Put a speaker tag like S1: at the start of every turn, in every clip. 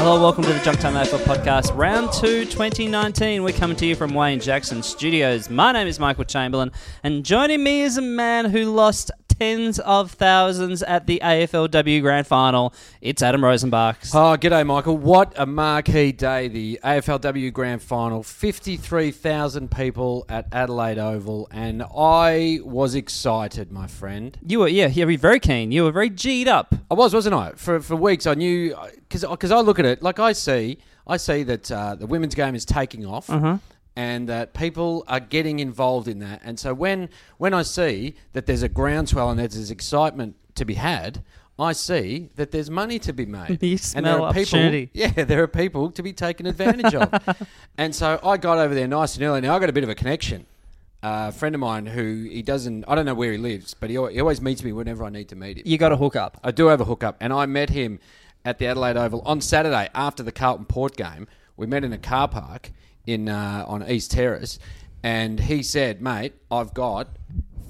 S1: Hello, welcome to the Junk Time AFL podcast, round two, 2019. We're coming to you from Wayne Jackson Studios. My name is Michael Chamberlain, and joining me is a man who lost tens of thousands at the AFLW Grand Final. It's Adam Rosenbach.
S2: Oh, g'day, Michael. What a marquee day, the AFLW Grand Final. 53,000 people at Adelaide Oval, and I was excited, my friend.
S1: You were, yeah, you were very keen. You were very G'd up.
S2: I was, wasn't I? For, for weeks, I knew, because I look at it, like I see, I see that uh, the women's game is taking off.
S1: Mm-hmm.
S2: And that people are getting involved in that, and so when when I see that there's a groundswell and there's excitement to be had, I see that there's money to be made.
S1: You
S2: and there
S1: smell
S2: are
S1: opportunity.
S2: people, yeah, there are people to be taken advantage of. And so I got over there nice and early. Now I got a bit of a connection. Uh, a friend of mine who he doesn't, I don't know where he lives, but he, al- he always meets me whenever I need to meet him.
S1: You got a hookup.
S2: I do have a hookup, and I met him at the Adelaide Oval on Saturday after the Carlton Port game. We met in a car park in uh, on East Terrace, and he said, "Mate, I've got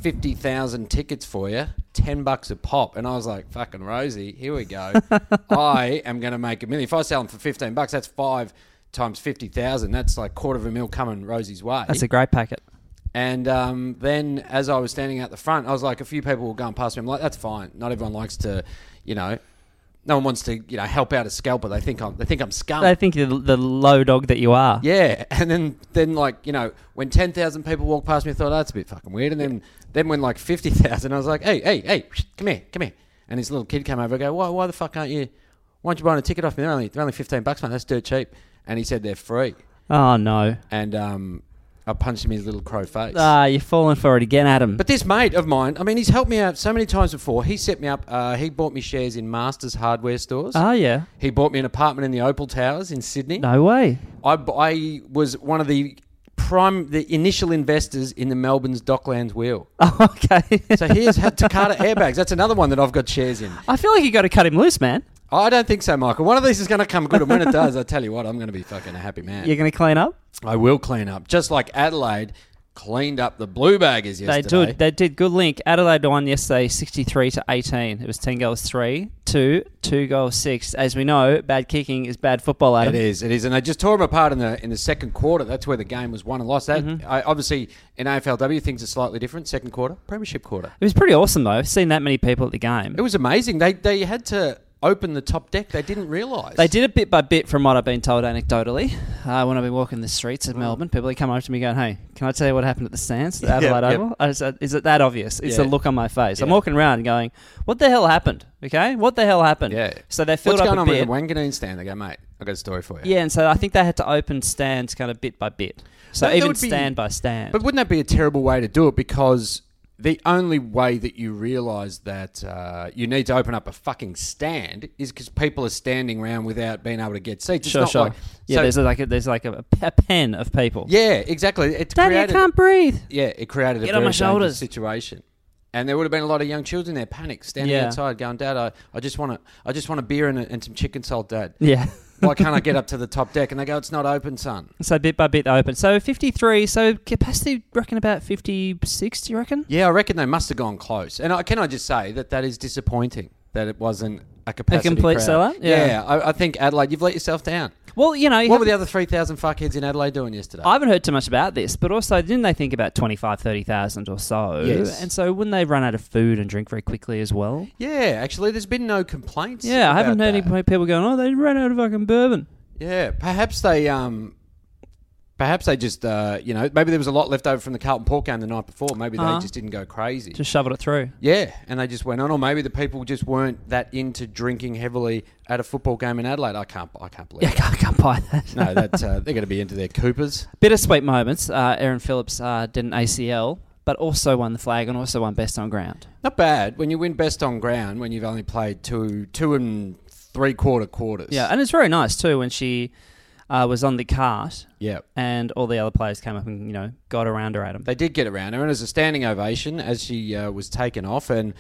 S2: fifty thousand tickets for you, ten bucks a pop." And I was like, "Fucking Rosie, here we go. I am going to make a million. If I sell them for fifteen bucks, that's five times fifty thousand. That's like quarter of a mil coming Rosie's way."
S1: That's a great packet.
S2: And um, then as I was standing out the front, I was like, a few people were going past me. I'm like, that's fine. Not everyone likes to, you know, no one wants to, you know, help out a scalper. They think I'm, they think I'm scum.
S1: They think you're the- the low dog that you are.
S2: yeah. And then, then like, you know, when 10,000 people walked past me, I thought, oh, that's a bit fucking weird. And then, then when like 50,000, I was like, hey, hey, hey, come here, come here. And this little kid came over and go, why, why the fuck aren't you, why aren't you buying a ticket off me? They're only, they're only 15 bucks, man. That's dirt cheap. And he said they're free.
S1: Oh, no.
S2: And um, I punched him in his little crow face.
S1: Ah, you're falling for it again, Adam.
S2: But this mate of mine, I mean, he's helped me out so many times before. He set me up. Uh, he bought me shares in Masters hardware stores.
S1: Ah, yeah.
S2: He bought me an apartment in the Opal Towers in Sydney.
S1: No way.
S2: I, I was one of the prime, the initial investors in the Melbourne's Docklands wheel.
S1: Oh, okay.
S2: So here's had Takata airbags. That's another one that I've got shares in.
S1: I feel like you got to cut him loose, man.
S2: I don't think so, Michael. One of these is going to come good, and when it does, I tell you what, I'm going to be fucking a happy man.
S1: You're going to clean up?
S2: I will clean up, just like Adelaide cleaned up the blue baggers
S1: They
S2: yesterday.
S1: did. They did. Good link. Adelaide won yesterday, sixty-three to eighteen. It was ten goals, three, two, two goals, six. As we know, bad kicking is bad football. Adam.
S2: It is, it is, and they just tore them apart in the in the second quarter. That's where the game was won and lost. That
S1: Mm-hmm.
S2: I, obviously in AFLW things are slightly different. Second quarter, Premiership quarter,
S1: It was pretty awesome though. Seeing that many people at the game.
S2: it was amazing. They they had to open the top deck. They didn't realise
S1: They did it bit by bit from what I've been told anecdotally. Uh, when I've been walking the streets of
S2: Mm.
S1: Melbourne, people come up to me going, Hey, can I tell you what happened at the stands, the Adelaide
S2: yeah.
S1: Oval? I said, Is it that obvious? It's the
S2: Yeah.
S1: look on my face. I'm
S2: Yeah.
S1: walking around going, What the hell happened? Okay, what the hell happened?
S2: Yeah.
S1: So they filled
S2: What's
S1: up
S2: going
S1: a
S2: on
S1: bit.
S2: with the Wanganeen stand? They go, mate, I got a story for you.
S1: Yeah, and so I think they had to open stands kind of bit by bit. So
S2: That- that
S1: even
S2: would be-
S1: stand by stand.
S2: But wouldn't that be a terrible way to do it? Because the only way that you realise that uh, you need to open up a fucking stand is because people are standing around without being able to get seats. It's
S1: sure,
S2: not
S1: sure.
S2: like-
S1: yeah,
S2: so-
S1: there's like a, there's like a, a pen of people.
S2: yeah, exactly. It
S1: Daddy,
S2: created,
S1: I can't breathe.
S2: Yeah, it created a
S1: Get
S2: very
S1: on my
S2: dangerous
S1: shoulders.
S2: situation. And there would have been a lot of young children there, panicked, standing
S1: Yeah.
S2: outside, going, "Dad, I, I just want a, I just want a beer and, a, and some chicken salt, Dad.
S1: Yeah.
S2: Why can't I get up to the top deck?" And they go, "It's not open, son."
S1: So bit by bit they open. So 53. So capacity, reckon about 56. Do you reckon?
S2: Yeah, I reckon they must have gone close. And I, can I just say that that is disappointing that it wasn't a capacity
S1: complete
S2: crowd.
S1: sellout? Yeah.
S2: Yeah, I, I think Adelaide, you've let yourself down.
S1: Well, you know, you
S2: What were the
S1: haven't-
S2: other three thousand fuckheads in Adelaide doing yesterday?
S1: I haven't heard too much about this, but also didn't they think about 25, 30,000 or so?
S2: Yes.
S1: And so wouldn't they run out of food and drink very quickly as well?
S2: yeah, actually, there's been no complaints.
S1: Yeah, I haven't
S2: about
S1: heard
S2: that.
S1: any people going, oh, they ran out of fucking bourbon.
S2: Yeah, perhaps they um Perhaps they just, uh, you know, maybe there was a lot left over from the Carlton Port game the night before. Maybe they
S1: Uh-huh.
S2: just didn't go crazy.
S1: Just shoveled it through.
S2: yeah, and they just went on, or maybe the people just weren't that into drinking heavily at a football game in Adelaide. I can't, I can't believe.
S1: Yeah, I
S2: it.
S1: can't, I can't buy that.
S2: no, that uh, they're going to be into their Coopers.
S1: Bittersweet moments. Uh, Aaron Phillips uh, did an ACL, but also won the flag and also won best on ground.
S2: Not bad when you win best on ground when you've only played two, two and three quarter quarters.
S1: Yeah, and it's very nice too when she uh, was on the cart
S2: yeah.
S1: and all the other players came up and you know got around her at him.
S2: They did get around her, and it was a standing ovation as she uh, was taken off. And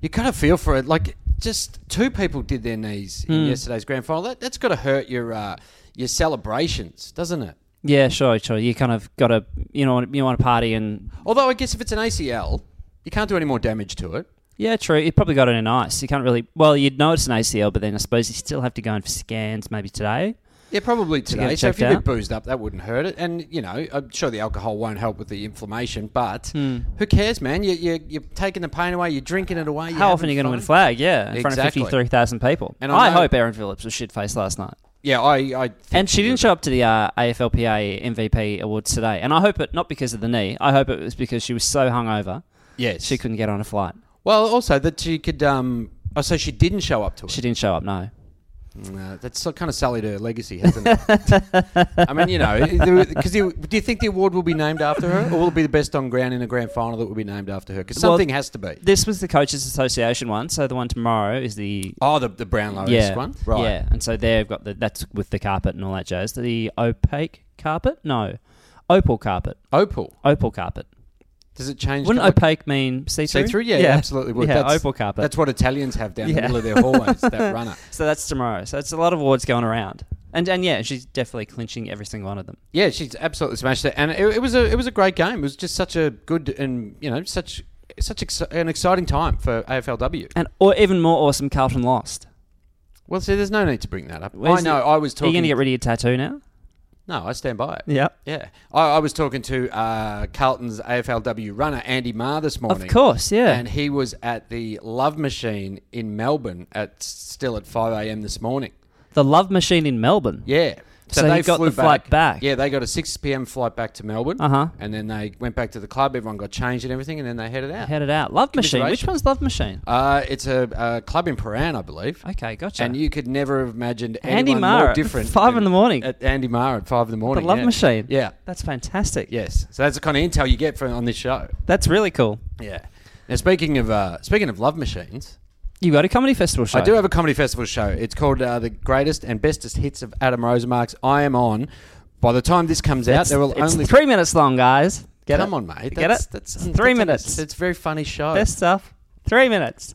S2: you kind of feel for it. Like just two people did their knees in yesterday's grand final. That, that's got to hurt your uh, your celebrations, doesn't it?
S1: Yeah, sure, sure. You kind of got to you know you want to party and
S2: Although I guess if it's an ACL, you can't do any more damage to it.
S1: yeah, true. You probably got it in ice. You can't really well you'd know it's an ACL, but then I suppose you still have to go in for scans maybe today.
S2: Yeah, probably
S1: get
S2: today.
S1: it
S2: So if
S1: checked
S2: you're a bit
S1: out.
S2: boozed up, that wouldn't hurt it. And you know, I'm sure the alcohol won't help with the inflammation, but
S1: Hmm.
S2: who cares, man? You, you, you're taking the pain away. You're drinking it away.
S1: How often are you going to win flag? Yeah, in front of
S2: Exactly.
S1: fifty three thousand people.
S2: And
S1: And
S2: I
S1: I,
S2: know-
S1: hope Aaron Phillips was shit faced last night.
S2: Yeah, I. I think
S1: And she
S2: you-
S1: didn't show up to the uh, AFLPA MVP awards today. And I hope it not because of the knee. I hope it was because she was so hungover
S2: Yes,
S1: she couldn't get on a flight.
S2: Well, also that she could. Um, oh, so she didn't show up to it.
S1: She didn't show up. No.
S2: No, that's so- kind of sullied her legacy, hasn't it? I mean, you know, because do you think the award will be named after her, or will it be the best on ground in a grand final that will be named after her? Because
S1: Well,
S2: something has to be.
S1: This was the coaches association one. So the one tomorrow is the
S2: Oh, the the Brownlow
S1: yeah
S2: one, right?
S1: Yeah, and so they've got the that's with the carpet and all that jazz. The opaque carpet? No, opal carpet.
S2: Opal.
S1: Opal carpet.
S2: Does it change?
S1: Wouldn't
S2: colour?
S1: opaque mean see through?
S2: See through? Yeah, it absolutely would.
S1: Yeah,
S2: That's-
S1: opal carpet.
S2: That's what Italians have down the
S1: Yeah.
S2: middle of their hallways. that runner.
S1: so that's tomorrow. So it's a lot of awards going around. And and yeah, she's definitely clinching every single one of them.
S2: Yeah, she's absolutely smashed it, and it, it was a it was a great game. It was just such a good and you know such such ex- an exciting time for AFLW.
S1: And or even more awesome, Carlton lost.
S2: Well, see, there's no need to bring that up. I
S1: Where's
S2: know.
S1: it-
S2: I was
S1: Are you
S2: talking.
S1: going to get rid of your tattoo now?
S2: no, I stand by it.
S1: Yeah.
S2: Yeah, I, I was talking to uh, Carlton's AFLW runner Andy Marr this morning.
S1: Of course, yeah.
S2: and he was at the Love Machine in Melbourne at still at five a.m. this morning.
S1: the Love Machine in Melbourne.
S2: Yeah.
S1: So he got the flight back.
S2: Yeah, they got a 6 p.m. flight back to Melbourne.
S1: Uh-huh.
S2: And then they went back to the club. Everyone got changed and everything, and then they headed out.
S1: Headed out. Love Machine. Which
S2: Commiseration.
S1: one's Love Machine?
S2: uh, it's a, a club in Paran, I believe.
S1: Okay, gotcha.
S2: And you could never have imagined
S1: Andy
S2: anyone
S1: Marr
S2: more
S1: at
S2: different.
S1: five
S2: than-
S1: in the morning.
S2: At Andy Marr at five in the
S1: the
S2: morning.
S1: Love
S2: yeah.
S1: Machine.
S2: Yeah.
S1: That's fantastic.
S2: Yes. So that's the kind of intel you get from on this show.
S1: That's really cool.
S2: Yeah. Now speaking of uh, speaking of Love Machines,
S1: You got a comedy festival show.
S2: I do have a comedy festival show. It's called uh, the Greatest and Bestest Hits of Adam Rosemark's. I am on. By the time this comes out,
S1: It's,
S2: there will
S1: it's
S2: only
S1: three minutes long, guys. Get
S2: Come
S1: it?
S2: on, mate.
S1: Get
S2: That's,
S1: it?
S2: That's,
S1: It's
S2: that's
S1: three
S2: honest.
S1: minutes.
S2: It's a very funny show.
S1: Best stuff. Three minutes.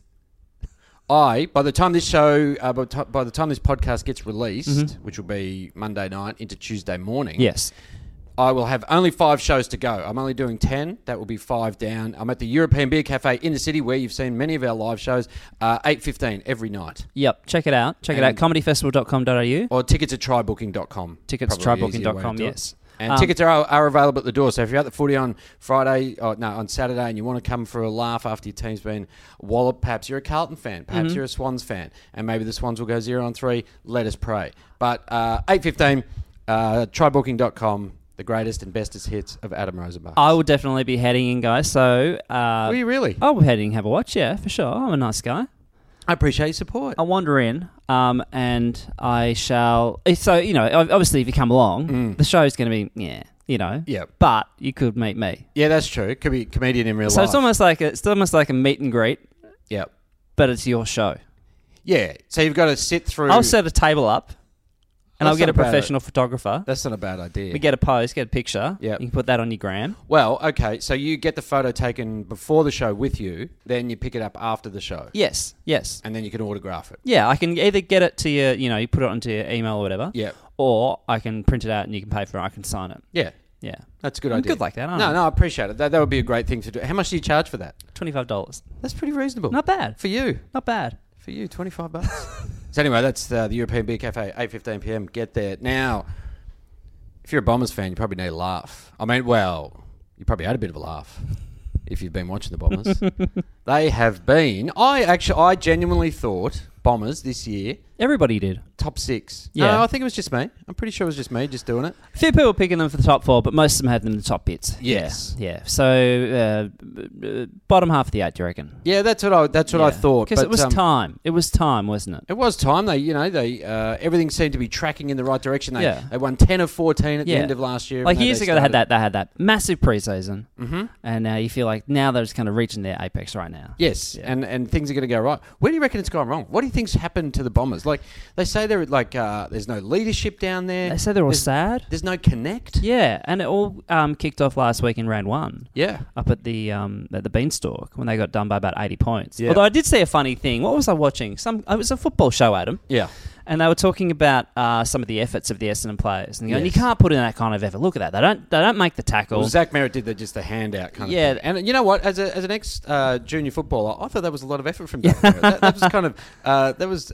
S2: I by the time this show, uh, by, the ti- by the time this podcast gets released,
S1: Mm-hmm.
S2: which will be Monday night into Tuesday morning,
S1: Yes.
S2: I will have only five shows to go. I'm only doing ten. That will be five down. I'm at the European Beer Cafe in the city where you've seen many of our live shows. Uh, Eight fifteen every night.
S1: Yep. Check it out. Check it out.
S2: And-
S1: Comedyfestival.com.au.
S2: Or tickets at trybooking.com.
S1: Tickets at
S2: Probably easier way to
S1: trybooking.com,
S2: do it.
S1: yes.
S2: And
S1: Um,
S2: tickets are, are available at the door. So if you're at the footy on Friday, or no, on Saturday, and you want to come for a laugh after your team's been walloped, perhaps you're a Carlton fan, perhaps
S1: Mm-hmm.
S2: you're a Swans fan, and maybe the Swans will go zero on three. Let us pray. But uh, 8.15, uh, trybooking.com, the greatest and bestest hits of Adam Rosenbach.
S1: I will definitely be heading in, guys. So uh,
S2: Were you really?
S1: I'll be heading have a watch. Yeah, for sure. I'm a nice guy.
S2: I appreciate your support.
S1: I wander in, um, and I shall. eh, So you know, ob- obviously, if you come along,
S2: Mm.
S1: the show's going to be yeah, you know,
S2: Yeah.
S1: But you could meet me,
S2: Yeah, that's true. It could be comedian in real
S1: so
S2: life.
S1: it's almost like a, it's almost like a meet and greet,
S2: yeah.
S1: but it's your show.
S2: Yeah. So you've got to sit through.
S1: I'll set a table up, and
S2: That's
S1: I'll get
S2: not
S1: a
S2: bad.
S1: professional photographer.
S2: That's not a bad idea.
S1: We get a pose, get a picture.
S2: Yeah.
S1: you can put that on your gram.
S2: Well, okay, so you get the photo taken before the show with you, then you pick it up after the show,
S1: Yes, yes,
S2: and then you can autograph it.
S1: yeah. I can either get it to you, you know, you put it onto your email or whatever.
S2: Yeah.
S1: Or I can print it out and you can pay for it. I can sign it.
S2: Yeah,
S1: Yeah.
S2: that's a good
S1: I'm
S2: idea.
S1: good like that, aren't
S2: no,
S1: I?
S2: no, I appreciate it. That, that would be a great thing to do. How much do you charge for that?
S1: Twenty five dollars.
S2: That's pretty reasonable.
S1: Not bad.
S2: for you.
S1: Not bad.
S2: For you, twenty five bucks. so anyway, that's uh, the European Beer Cafe, eight fifteen p.m. Get there now. If you're a Bombers fan, you probably need a laugh. I mean, well, you probably had a bit of a laugh if you've been watching the Bombers. they have been. I actually, I genuinely thought Bombers this year
S1: Everybody did.
S2: Top six.
S1: Yeah.
S2: No, I think it was just me. I'm pretty sure it was just me just doing it.
S1: A few people picking them for the top four, but most of them had them in the top bits.
S2: Yes.
S1: Yeah. yeah. So uh, b- b- bottom half of the eight, do you reckon?
S2: Yeah, that's what I that's what I thought.
S1: Because it
S2: but,
S1: was
S2: um,
S1: time. It was time, wasn't it?
S2: It was time. They, you know, they uh, everything seemed to be tracking in the right direction. They,
S1: Yeah.
S2: they won ten of fourteen at
S1: Yeah.
S2: the end of last year.
S1: Like
S2: even though
S1: years ago, they had
S2: started-
S1: that. They had that massive preseason, mm-hmm. and now you feel like now they're just kind of reaching their apex right now.
S2: Yes, and and things are going to go right. Where do you reckon it's gone wrong? What do you think's happened to the Bombers? Like they say, they're like uh, there's no leadership down there.
S1: They say they're all
S2: there's,
S1: sad.
S2: There's no connect.
S1: Yeah, and it all um, kicked off last week in round one.
S2: Yeah.
S1: Up at the um, at the Beanstalk when they got done by about eighty points.
S2: Yeah.
S1: Although I did see a funny thing. What was I watching? Some it was a football show, Adam.
S2: Yeah.
S1: And they were talking about uh, some of the efforts of the Essendon players, and you,
S2: Yes.
S1: you can't put in that kind of effort. Look at that; they don't they don't make the tackle.
S2: Well, Zach Merritt did the, just the handout kind
S1: Yeah.
S2: of thing. And you know what? As, a, as an ex uh, junior footballer, I thought that was a lot of effort from Zach Merritt. That, that was kind of, uh, that was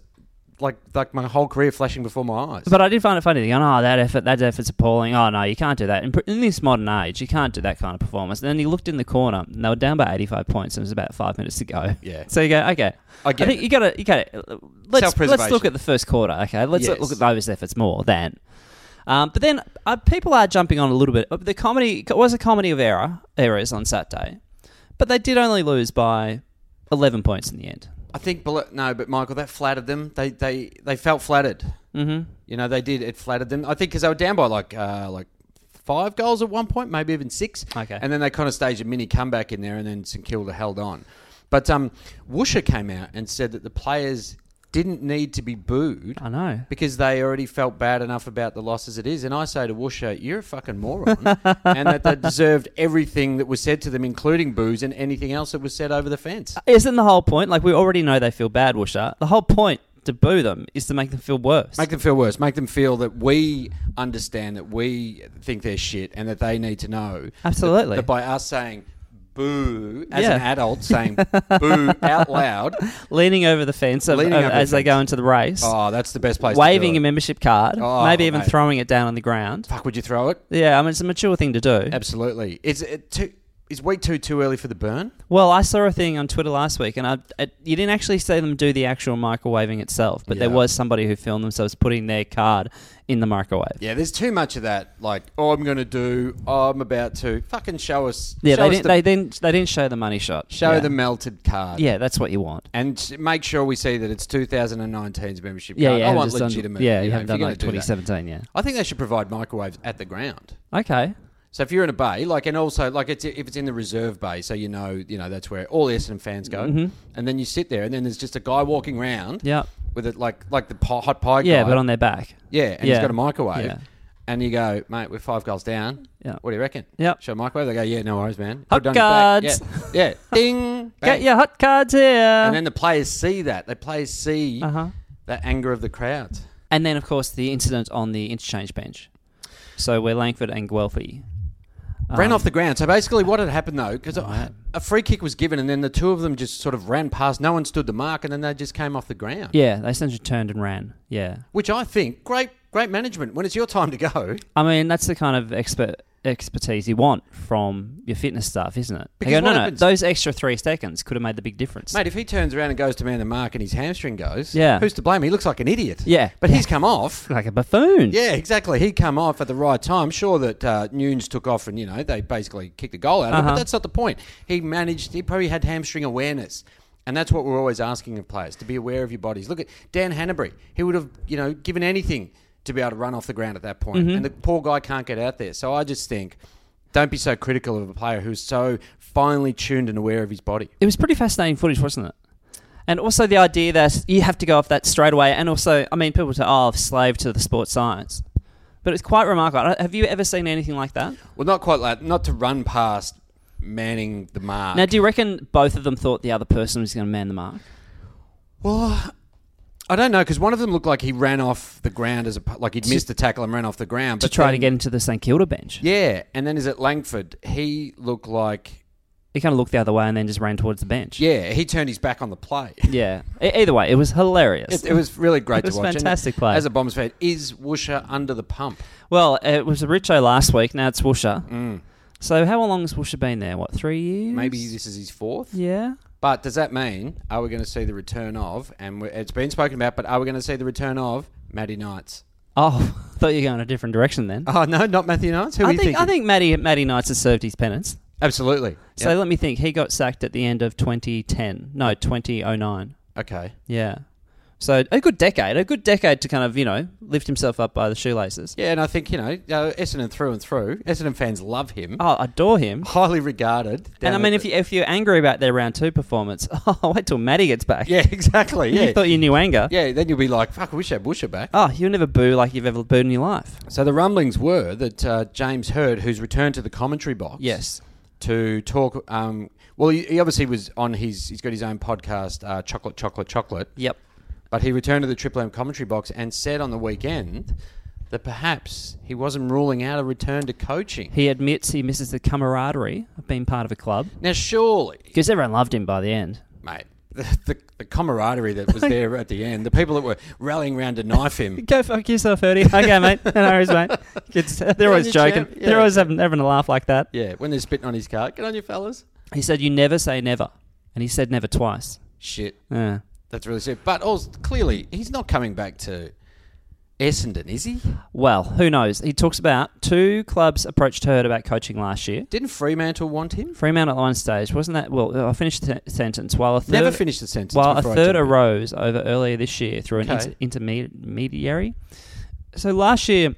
S2: like like my whole career flashing before my eyes.
S1: But I did find it funny. They're going, oh, that effort, that effort's appalling. Oh, no, you can't do that. In, in this modern age, you can't do that kind of performance. And then he looked in the corner, and they were down by 85 points, and it was about five minutes to go.
S2: Yeah.
S1: So you go, okay.
S2: I get
S1: think
S2: it.
S1: you got to, you got to, let's, let's
S2: Self-preservation.
S1: look at the first quarter, okay? Let's
S2: Yes.
S1: look at those efforts more than. Um, but then uh, people are jumping on a little bit. Uh, The comedy it was a comedy of error errors on Saturday, but they did only lose by 11 points in the end.
S2: I think, Bel- no, but Michael, that flattered them. They they, they felt flattered. Mm-hmm. You know, they did. It flattered them. I think because they were down by like uh, like five goals at one point, maybe even six.
S1: Okay.
S2: And then they kind of staged a mini comeback in there, and then St Kilda held on. But um, Woosha came out and said that the players didn't need to be booed.
S1: I know.
S2: because they already felt bad enough about the loss as it is. And I say to Woosha, you're a fucking moron. and that they deserved everything that was said to them, including booze and anything else that was said over the fence.
S1: Isn't the whole point? Like we already know they feel bad, Woosha. The whole point to boo them is to make them feel worse.
S2: Make them feel worse. Make them feel that we understand that we think they're shit and that they need to know.
S1: Absolutely.
S2: That, that by us saying boo as an
S1: Yeah.
S2: adult, saying boo out loud,
S1: Leaning over the fence of,
S2: Leaning
S1: of-
S2: over
S1: as
S2: the
S1: they go into the race,
S2: oh, that's the best place to do
S1: waving
S2: it.
S1: a membership card,
S2: Oh,
S1: maybe even
S2: mate.
S1: throwing it down on the ground.
S2: Fuck, would you throw it?
S1: Yeah, I mean it's a mature thing to do.
S2: Absolutely. Is, it too, is week two too early for the burn?
S1: Well, I saw a thing on Twitter last week, and I, it, you didn't actually see them do the actual microwaving itself, but there
S2: Yeah.
S1: was somebody who filmed themselves putting their card in the microwave.
S2: Yeah, there's too much of that. Like, oh, I'm going to do, oh, I'm about to. Fucking show us.
S1: Yeah,
S2: show
S1: they
S2: us
S1: didn't.
S2: the,
S1: they didn't. They didn't show the money shot.
S2: show
S1: yeah.
S2: the melted card.
S1: Yeah, that's what you want.
S2: And s- make sure we see that it's 2019's membership
S1: Yeah,
S2: card.
S1: yeah.
S2: I
S1: haven't
S2: want
S1: just done-
S2: legitimate.
S1: yeah,
S2: you
S1: you
S2: know,
S1: haven't
S2: if you're
S1: done
S2: gonna
S1: like
S2: do that.
S1: 2017. Yeah.
S2: I think they should provide microwaves at the ground.
S1: Okay.
S2: So if you're in a bay, like, and also like, it's if it's in the reserve bay, so you know, you know, that's where all the Essendon fans go. And then you sit there, and then there's just a guy walking round.
S1: Mm-hmm. Yeah.
S2: With it like like the pi- hot pie guy.
S1: Yeah, but on their back.
S2: Yeah, and
S1: Yeah.
S2: he's got a microwave.
S1: Yeah.
S2: And you go, mate, we're five goals down.
S1: Yeah.
S2: What do you reckon?
S1: Yep.
S2: Show a microwave. They go, yeah, no worries, man.
S1: Hot
S2: Put it on his back.
S1: cards.
S2: Yeah. yeah. Ding.
S1: Oh, Get
S2: bang.
S1: your hot cards here.
S2: And then the players see that. The players see
S1: Uh-huh.
S2: that anger of the crowd.
S1: And then, of course, the incident on the interchange bench. So where Langford and Guelphy. um,
S2: ran off the ground. So basically, what had happened though, because a free kick was given, and then the two of them just sort of ran past. No one stood the mark, and then they just came off the ground.
S1: Yeah, they essentially turned and ran. Yeah.
S2: Which I think great, great management. When it's your time to go,
S1: I mean, that's the kind of expert expertise you want from your fitness staff, isn't it? They
S2: Because
S1: go, no,
S2: what
S1: no,
S2: happens-
S1: those extra three seconds could have made the big difference.
S2: mate. If he turns around and goes to man the mark, and his hamstring goes,
S1: Yeah.
S2: who's to blame? He looks like an idiot.
S1: Yeah.
S2: but he's come off.
S1: Like a buffoon.
S2: Yeah, exactly. He come off at the right time. Sure that uh, Nunes took off and you know they basically kicked the goal out, of it, but that's not the point. He managed. He probably had hamstring awareness, and that's what we're always asking of players to be aware of your bodies. Look at Dan Hanbury. He would have you know given anything to be able to run off the ground at that point, and the poor guy can't get out there. So I just think. Don't be so critical of a player who's so finely tuned and aware of his body.
S1: It was pretty fascinating footage, wasn't it? And also the idea that you have to go off that straight away. And also, I mean, people say, oh, I've slaved to the sports science. But it's quite remarkable. I don't- Have you ever seen anything like that?
S2: Well, not quite like not to run past manning the mark.
S1: Now, do you reckon both of them thought the other person was going to man the mark?
S2: Well, I don't know because one of them looked like he ran off the ground as a like he'd missed the tackle and ran off the ground
S1: To
S2: but
S1: try to
S2: then-
S1: get into the St Kilda bench.
S2: Yeah, and then is it Langford? He looked like
S1: He kind of looked the other way and then just ran towards the bench.
S2: yeah, he turned his back on the play.
S1: Yeah. E- either way, it was hilarious.
S2: It, it was really great
S1: It was
S2: to watch. And
S1: fantastic play.
S2: As a Bombers fan, is Woosha under the pump?
S1: well, it was a Richo last week. Now it's
S2: Mm.
S1: Woosha. So how long has Woosha been there? What, three years?
S2: Maybe this is his fourth.
S1: Yeah.
S2: But does that mean are we going to see the return of? And we- it's been spoken about, but are we going to see the return of Matty Knights?
S1: Oh, I thought you were going a different direction then.
S2: Oh no, not Matthew Knights. Who are
S1: I
S2: you
S1: think
S2: thinking?
S1: I think Matty Matty Knights has served his penance.
S2: absolutely.
S1: So let me think. He got sacked at the end of 2010. No, 2009.
S2: Yep. Okay.
S1: Yeah. So a good decade, a good decade to kind of you know lift himself up by the shoelaces.
S2: Yeah, and I think you know uh, Essendon through and through. Essendon fans love him.
S1: Oh, adore him.
S2: Highly regarded.
S1: And I
S2: down at
S1: mean, if
S2: the-
S1: you if you're angry about their round two performance, oh, wait till Matty gets back.
S2: yeah, exactly.
S1: You
S2: Yeah,
S1: thought you knew anger.
S2: yeah. Then you'll be like, fuck, I wish I had Busher back.
S1: Oh, you'll never boo like you've ever booed in your life.
S2: So the rumblings were that uh, James Heard, who's returned to the commentary box,
S1: Yes.
S2: to talk. Um, well, he, he obviously was on his. He's got his own podcast, uh, Chocolate, Chocolate, Chocolate.
S1: Yep.
S2: But he returned to the Triple M commentary box and said on the weekend that perhaps he wasn't ruling out a return to coaching.
S1: He admits he misses the camaraderie of being part of a club
S2: Now, surely,
S1: because everyone loved him by the end.
S2: mate. The, the, the camaraderie that was there at the end, the people that were rallying around to knife him.
S1: Go fuck yourself, Ernie. okay, mate. No worries, mate. It's- they're always
S2: you
S1: joking.
S2: champ. Yeah.
S1: They're always having, having a laugh like that.
S2: Yeah, when they're spitting on his car. Get on you, fellas.
S1: He said, "You never say never," and he said never twice.
S2: Shit.
S1: Yeah.
S2: That's really sick. But also, clearly, he's not coming back to Essendon, is he?
S1: Well, who knows? He talks about two clubs approached Heard about coaching last year.
S2: Didn't Fremantle want him?
S1: Fremantle at one stage wasn't that? Well, I'll finish the sen- sentence. While a third,
S2: Never finished the sentence.
S1: While a
S2: before I
S1: third
S2: jumped in.
S1: arose over earlier this year through an
S2: Okay.
S1: inter- intermediary. So last year,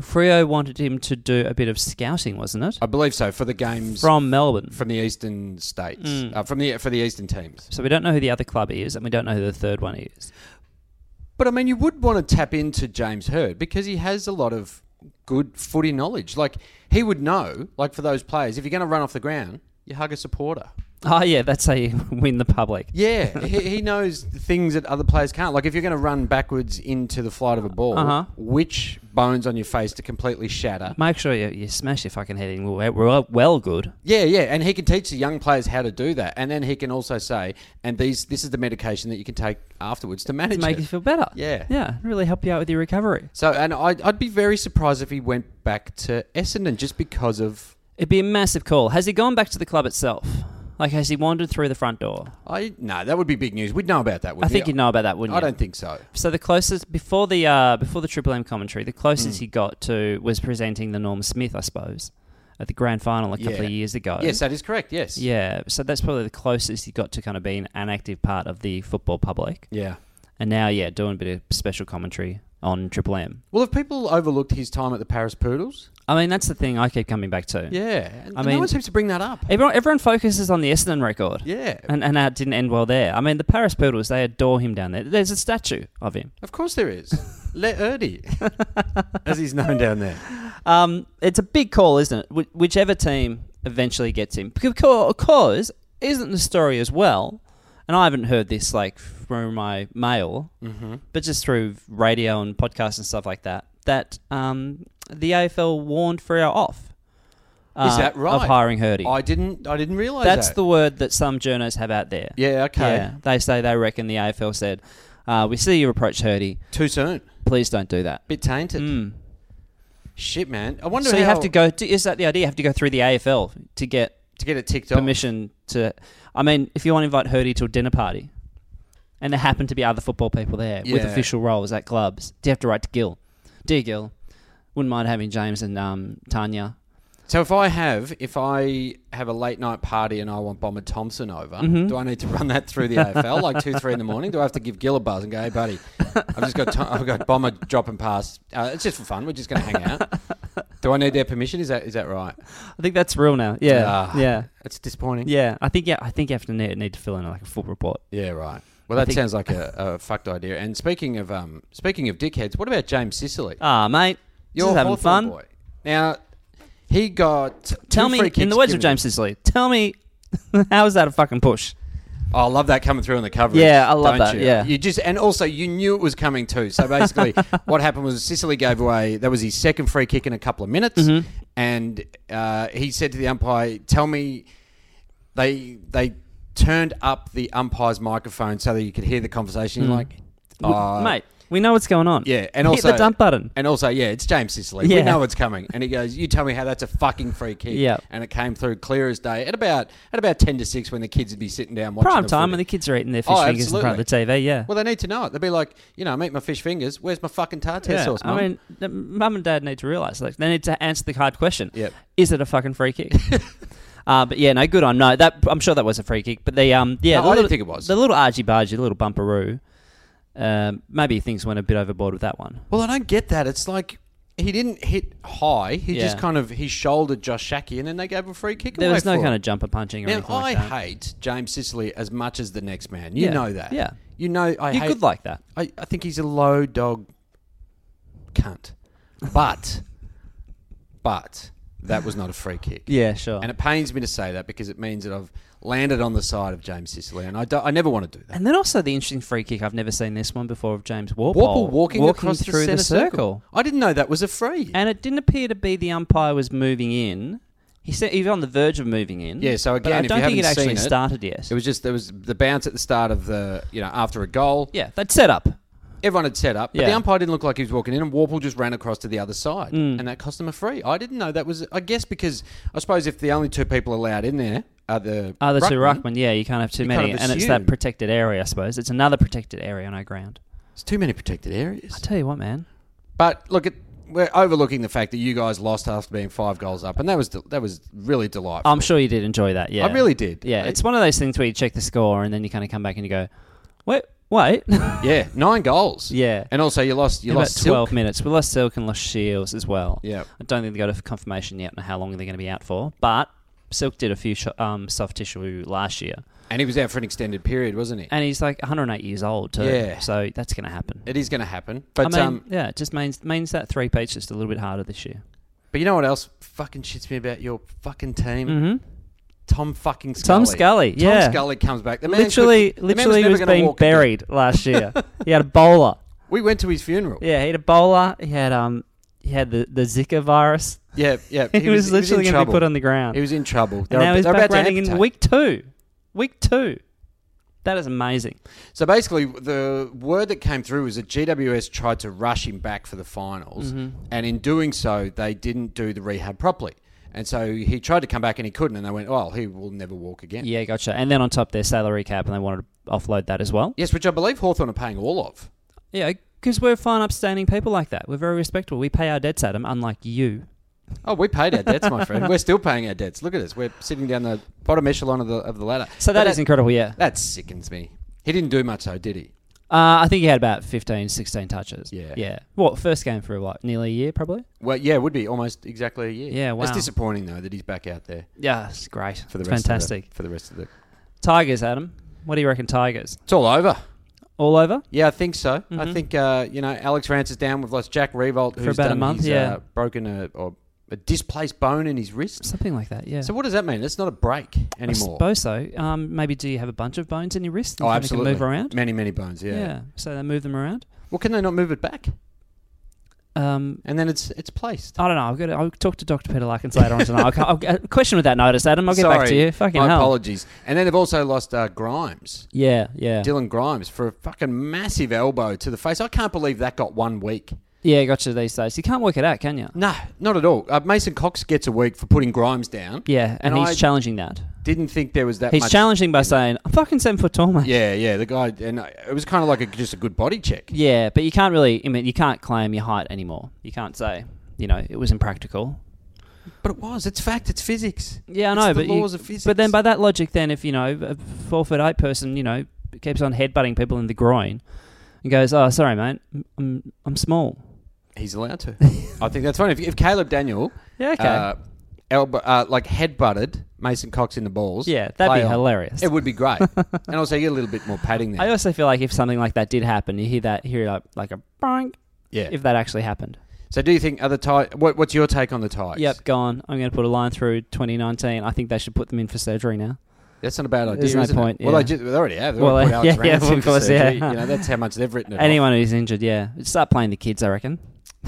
S1: Frio wanted him to do a bit of scouting, wasn't it?
S2: I believe so for the games from,
S1: From Mm. Melbourne.
S2: the eastern states, uh, from the for the eastern teams.
S1: So we don't know who the other club is, and we don't know who the third one is.
S2: But I mean, you would want to tap into James Heard because he has a lot of good footy knowledge. Like he would know, like for those players, if you're going to run off the ground, you hug a supporter.
S1: Oh yeah, that's how you win the public.
S2: Yeah, he, he knows things that other players can't. Like if you're going to run backwards into the flight of a ball,
S1: Uh-huh.
S2: which bones on your face to completely shatter.
S1: Make sure you, you smash your fucking head in. Well, well, well good.
S2: Yeah, yeah, and he can teach the young players how to do that, and then he can also say, and these this is the medication that you can take afterwards to manage
S1: to make
S2: it.
S1: you feel better.
S2: Yeah.
S1: Yeah. Really help you out with your recovery.
S2: So, and I'd, I'd be very surprised if he went back to Essendon just because of
S1: It'd be a massive call. Has he gone back to the club itself? Like, has he wandered through the front door?
S2: I no, that would be big news. We'd know about that.
S1: I
S2: Wouldn't
S1: think
S2: we?
S1: you'd know about that, wouldn't
S2: I
S1: you?
S2: don't think so.
S1: So the closest before the uh, before the Triple M commentary, the
S2: Mm.
S1: closest he got to was presenting the Norm Smith, I suppose, at the grand final a couple
S2: Yeah.
S1: of years ago.
S2: Yes, that is correct. Yes.
S1: Yeah. So that's probably the closest he got to kind of being an active part of the football public.
S2: Yeah.
S1: And now, yeah, doing a bit of special commentary on Triple M.
S2: Well, if people overlooked his time at the Paris Poodles,
S1: I mean, that's the thing I keep coming back to.
S2: yeah, and
S1: I
S2: no
S1: mean-
S2: one seems to bring that up.
S1: Everyone, everyone focuses on the Essendon record.
S2: Yeah.
S1: And, and that didn't end well there. I mean, the Paris Poodles, they adore him down there. There's a statue of him.
S2: Of course there is. Le Erdy, as he's known down there.
S1: Um, it's a big call, isn't it? Wh- whichever team eventually gets him. Because, because isn't the story as well? And I haven't heard this like through my mail,
S2: Mm-hmm.
S1: but just through radio and podcasts and stuff like that. That um, the AFL warned Freo off.
S2: Is
S1: uh,
S2: that
S1: Of
S2: right?
S1: hiring Hurdy.
S2: I didn't. I didn't realize
S1: That's
S2: that.
S1: the word that some journos have out there.
S2: Yeah, okay.
S1: Yeah, they say they reckon the AFL said, uh, "We see you approach Hurdy.
S2: Too soon.
S1: Please don't do that."
S2: Bit tainted.
S1: Mm.
S2: Shit, man. I wonder
S1: So
S2: how
S1: you have to go. To, is that the idea? You have to go through the AFL to get
S2: to get it ticked off.
S1: permission to. I mean, if you want to invite Hurdy to a dinner party, and there happen to be other football people there with
S2: Yeah.
S1: official roles at clubs, do you have to write to Gill? Dear Gill, wouldn't mind having James and um, Tanya.
S2: So if I have if I have a late night party and I want Bomber Thompson over, do I need to run that through the AFL like two three in the morning? Do I have to give Gill a buzz and go, hey buddy, I've just got Tom- I've got Bomber dropping past. Uh, it's just for fun. We're just going to hang out. do I need their permission? Is that is that right?
S1: I think that's real now. Yeah,
S2: Ah,
S1: yeah,
S2: It's disappointing.
S1: yeah. I think yeah. I think you have to need, need to fill in like a full report.
S2: Yeah, right. Well,
S1: I
S2: that
S1: think-
S2: sounds like a, a fucked idea. And speaking of um, speaking of dickheads, what about James Sicily?
S1: Ah, mate,
S2: You're
S1: just having
S2: Hawthorn
S1: fun.
S2: boy. Now, he got.
S1: Tell
S2: two
S1: me,
S2: free
S1: in
S2: kicks
S1: the words of
S2: given him.
S1: James Sisley, tell me, how is that a fucking push?
S2: Oh, I love that coming through in the coverage.
S1: Yeah, I love
S2: don't
S1: that,
S2: You?
S1: yeah.
S2: you just and also you knew it was coming too. So basically, what happened was Sicily gave away. That was his second free kick in a couple of minutes,
S1: Mm-hmm.
S2: and uh, he said to the umpire, "Tell me." They they turned up the umpire's microphone so that you could hear the conversation. You're Like,
S1: W-
S2: "Oh,
S1: Mm. Mate, We know what's going on.
S2: Yeah,
S1: Hit
S2: and also
S1: the dump button.
S2: And also, yeah, it's James Sicily.
S1: Yeah.
S2: We know it's coming. And he goes, "You tell me how that's a fucking free kick."
S1: Yeah.
S2: and it came through clear as day at about at about ten to six when the kids would be sitting down watching
S1: Prime
S2: the
S1: time when
S2: footy.
S1: the kids are eating their fish
S2: Oh,
S1: fingers in front of the
S2: absolutely.
S1: TV. Yeah.
S2: Well, they need to know it. They'd be like, you know, I'm eating my fish fingers. Where's my fucking tartare
S1: yeah.
S2: sauce?
S1: I
S2: Mum?
S1: mean, the mum and dad need to realise that. They need to answer the hard question.
S2: Yep.
S1: Is it a fucking free kick? uh, but yeah, no, good on. No, that I'm sure that was a free kick. But the um, yeah,
S2: No,
S1: the
S2: I didn't
S1: little-
S2: think it was.
S1: The little argy bargy, the little bumperoo. Um, maybe things went a bit overboard with that one.
S2: well, I don't get that. It's like he didn't hit high. He just
S1: Yeah.
S2: kind of he shouldered Josh Shackey, and then they gave him a free kick.
S1: There
S2: away
S1: was no
S2: for
S1: kind
S2: it.
S1: of jumper punching or
S2: Now
S1: anything
S2: I
S1: like that.
S2: hate James Sicily as much as the next man. You
S1: Yeah.
S2: know that.
S1: Yeah.
S2: You know I
S1: you
S2: hate
S1: could like that.
S2: I, I think he's a low dog cunt. But but that was not a free kick.
S1: Yeah, sure.
S2: And
S1: And,
S2: it pains me to say that because it means that I've landed on the side of James Sicily and I, don't- I never want to do that.
S1: then also the interesting free kick. I've never seen this one before of James Warpole
S2: Warple walking, across
S1: through
S2: the,
S1: the,
S2: centre
S1: circle.
S2: I didn't know that was a free.
S1: And it didn't appear to be the umpire was moving in. He said he was on the verge of moving in.
S2: Yeah, so
S1: but
S2: again,
S1: I
S2: if
S1: don't
S2: you
S1: think it
S2: haven't
S1: actually
S2: seen it,
S1: started yet.
S2: it was just there was the bounce at the start of the you know after a goal.
S1: yeah, that set up.
S2: Everyone had set up, but the
S1: Yeah.
S2: umpire didn't look like he was walking in, and Warple just ran across to the other side,
S1: Mm.
S2: and that cost them a free. I didn't know that was. I guess because I suppose if the only two people allowed in there are the
S1: Oh, the two
S2: ruckman,
S1: ruckmen. Yeah, you can't have too
S2: You
S1: many,
S2: kind of
S1: and it's that
S2: assume.
S1: protected area, I suppose. It's another protected area on our ground.
S2: It's too many protected
S1: I
S2: areas.
S1: tell you what, man.
S2: But look, it, we're overlooking the fact that you guys lost after being five goals up, and that was that was really delightful.
S1: I'm sure you did enjoy that. Um, Yeah,
S2: I really did.
S1: Yeah,
S2: I-
S1: it's one of those things where you check the score and then you kind of come back and you go, wait, wait.
S2: yeah, nine goals.
S1: Yeah.
S2: and also you lost you
S1: In
S2: lost
S1: about 12
S2: Silk.
S1: minutes. We lost Silk and lost Shields as well.
S2: Yeah.
S1: I don't think they got a confirmation yet on how long they're going to be out for, but Silk did a few sho um, soft tissue last year.
S2: and he was out for an extended period, wasn't he?
S1: And he's like 108 years old, too.
S2: Yeah.
S1: So that's going to happen.
S2: It is going to happen, but
S1: I mean,
S2: um,
S1: yeah, it just means means that three peats just a little bit harder this year.
S2: but you know what else fucking shits me about your fucking team?
S1: Mm-hmm.
S2: Tom fucking Scully.
S1: Tom Scully, yeah.
S2: Tom Scully comes back. The man
S1: Literally,
S2: could- the man
S1: literally
S2: never
S1: was
S2: gonna
S1: being
S2: walk again.
S1: buried last year. he had a bowler.
S2: We went to his funeral.
S1: Yeah, he had Ebola. He had um, he had the, the Zika virus.
S2: Yeah, yeah.
S1: He, was,
S2: in
S1: literally going to be
S2: trouble.
S1: put on the ground.
S2: He was in trouble. They
S1: and
S2: were-
S1: now he's
S2: they were
S1: back
S2: about to
S1: running in
S2: amputate.
S1: week two. Week two. That is amazing.
S2: So basically, the word that came through was that GWS tried to rush him back for the finals,
S1: Mm-hmm.
S2: and in doing so, they didn't do the rehab properly. And so he tried to come back and he couldn't, and they went, "Oh, he will never walk again."
S1: Yeah, gotcha. And then on top their salary cap, and they wanted to offload that as well.
S2: Yes, which I believe Hawthorn are paying all of.
S1: Yeah, because we're fine, upstanding people like that. We're very respectable. We pay our debts, Adam. Unlike you.
S2: Oh, we paid our debts, my friend. We're still paying our debts. Look at us. We're sitting down the bottom echelon of the of the ladder.
S1: So
S2: But
S1: that is incredible. Yeah,
S2: that sickens me. He didn't do much though, did he?
S1: uh, I think he had about 15, 16 touches.
S2: Yeah.
S1: yeah. What first game for what? Nearly a year, probably.
S2: Well, yeah, it would be almost exactly a year.
S1: Yeah, wow.
S2: It's disappointing though that he's back out there
S1: Yeah, it's great.
S2: for the
S1: It's
S2: rest.
S1: fantastic.
S2: Of the, for the rest of the.
S1: Tigers, Adam. What do you reckon? Tigers
S2: It's all over.
S1: all over?
S2: Yeah, I think so. I think uh, you know Alex Rance is down. We've lost Jack Revolt who's
S1: Mm-hmm. about a
S2: done
S1: month,
S2: his,
S1: yeah.
S2: uh, broken a or a displaced bone in his wrist.
S1: Something like that. Yeah.
S2: So what does that mean? It's not a break anymore.
S1: I suppose so. Um, maybe do you have a bunch of bones in your wrist? And
S2: oh,
S1: kinda Can
S2: absolutely.
S1: move around.
S2: Many many bones. Yeah.
S1: So they move them around.
S2: Well, can they not move it back?
S1: Um,
S2: And then it's it's placed.
S1: I don't know. I've got to, I'll talk to Dr. Peter Larkins later on tonight. I'll, co- I'll, a question with that notice, Adam. I'll get back to
S2: Sorry.
S1: you. Fucking
S2: My
S1: hell.
S2: apologies. And then they've also lost uh, Grimes,
S1: Yeah, yeah.
S2: Dylan Grimes, for a fucking massive elbow to the face. I can't believe that got one week.
S1: yeah, gotcha these days. You can't work it out, can you?
S2: No, not at all. Uh, Mason Cox gets a week for putting Grimes down.
S1: Yeah, and,
S2: And
S1: he's
S2: I-
S1: challenging that.
S2: Didn't think there was that.
S1: He's
S2: much
S1: challenging by saying, I'm fucking seven foot tall, mate.
S2: Yeah, yeah, the guy, and uh, it was kind of like a, just a good body check.
S1: Yeah, but you can't really, I mean, you can't claim your height anymore. You can't say, you know, it was impractical.
S2: But it was, it's fact, it's physics.
S1: Yeah, I
S2: It's
S1: know,
S2: the
S1: but you-
S2: laws of physics.
S1: But then, by that logic, then if you know a four foot eight person, you know, keeps on headbutting people in the groin, and goes, "Oh, sorry, mate, I'm I'm small."
S2: he's allowed to. I think that's fine. If, if Caleb Daniel,
S1: Yeah, okay.
S2: uh, elbow, uh, like head butted Mason Cox in the balls.
S1: yeah, that'd
S2: play
S1: be
S2: on,
S1: hilarious.
S2: It would be great, and also you get a little bit more padding
S1: I
S2: there.
S1: also feel like if something like that did happen, you hear that, hear like like a bonk,
S2: yeah.
S1: if that actually happened.
S2: so, do you think other tie? What, what's your take on the ties?
S1: Yep, gone. I'm going to put a line through 2019. I think they should put them in for surgery now.
S2: That's not a bad idea.
S1: There's no
S2: isn't it?
S1: point,
S2: Well,
S1: yeah.
S2: they, just, they already have. They
S1: Well,
S2: already
S1: uh,
S2: put Alex
S1: yeah, yeah,
S2: Ramsey
S1: of
S2: in for
S1: course,
S2: surgery.
S1: yeah.
S2: You know, that's how much they've written it. off.
S1: Anyone who's injured, yeah, start playing the kids. I reckon.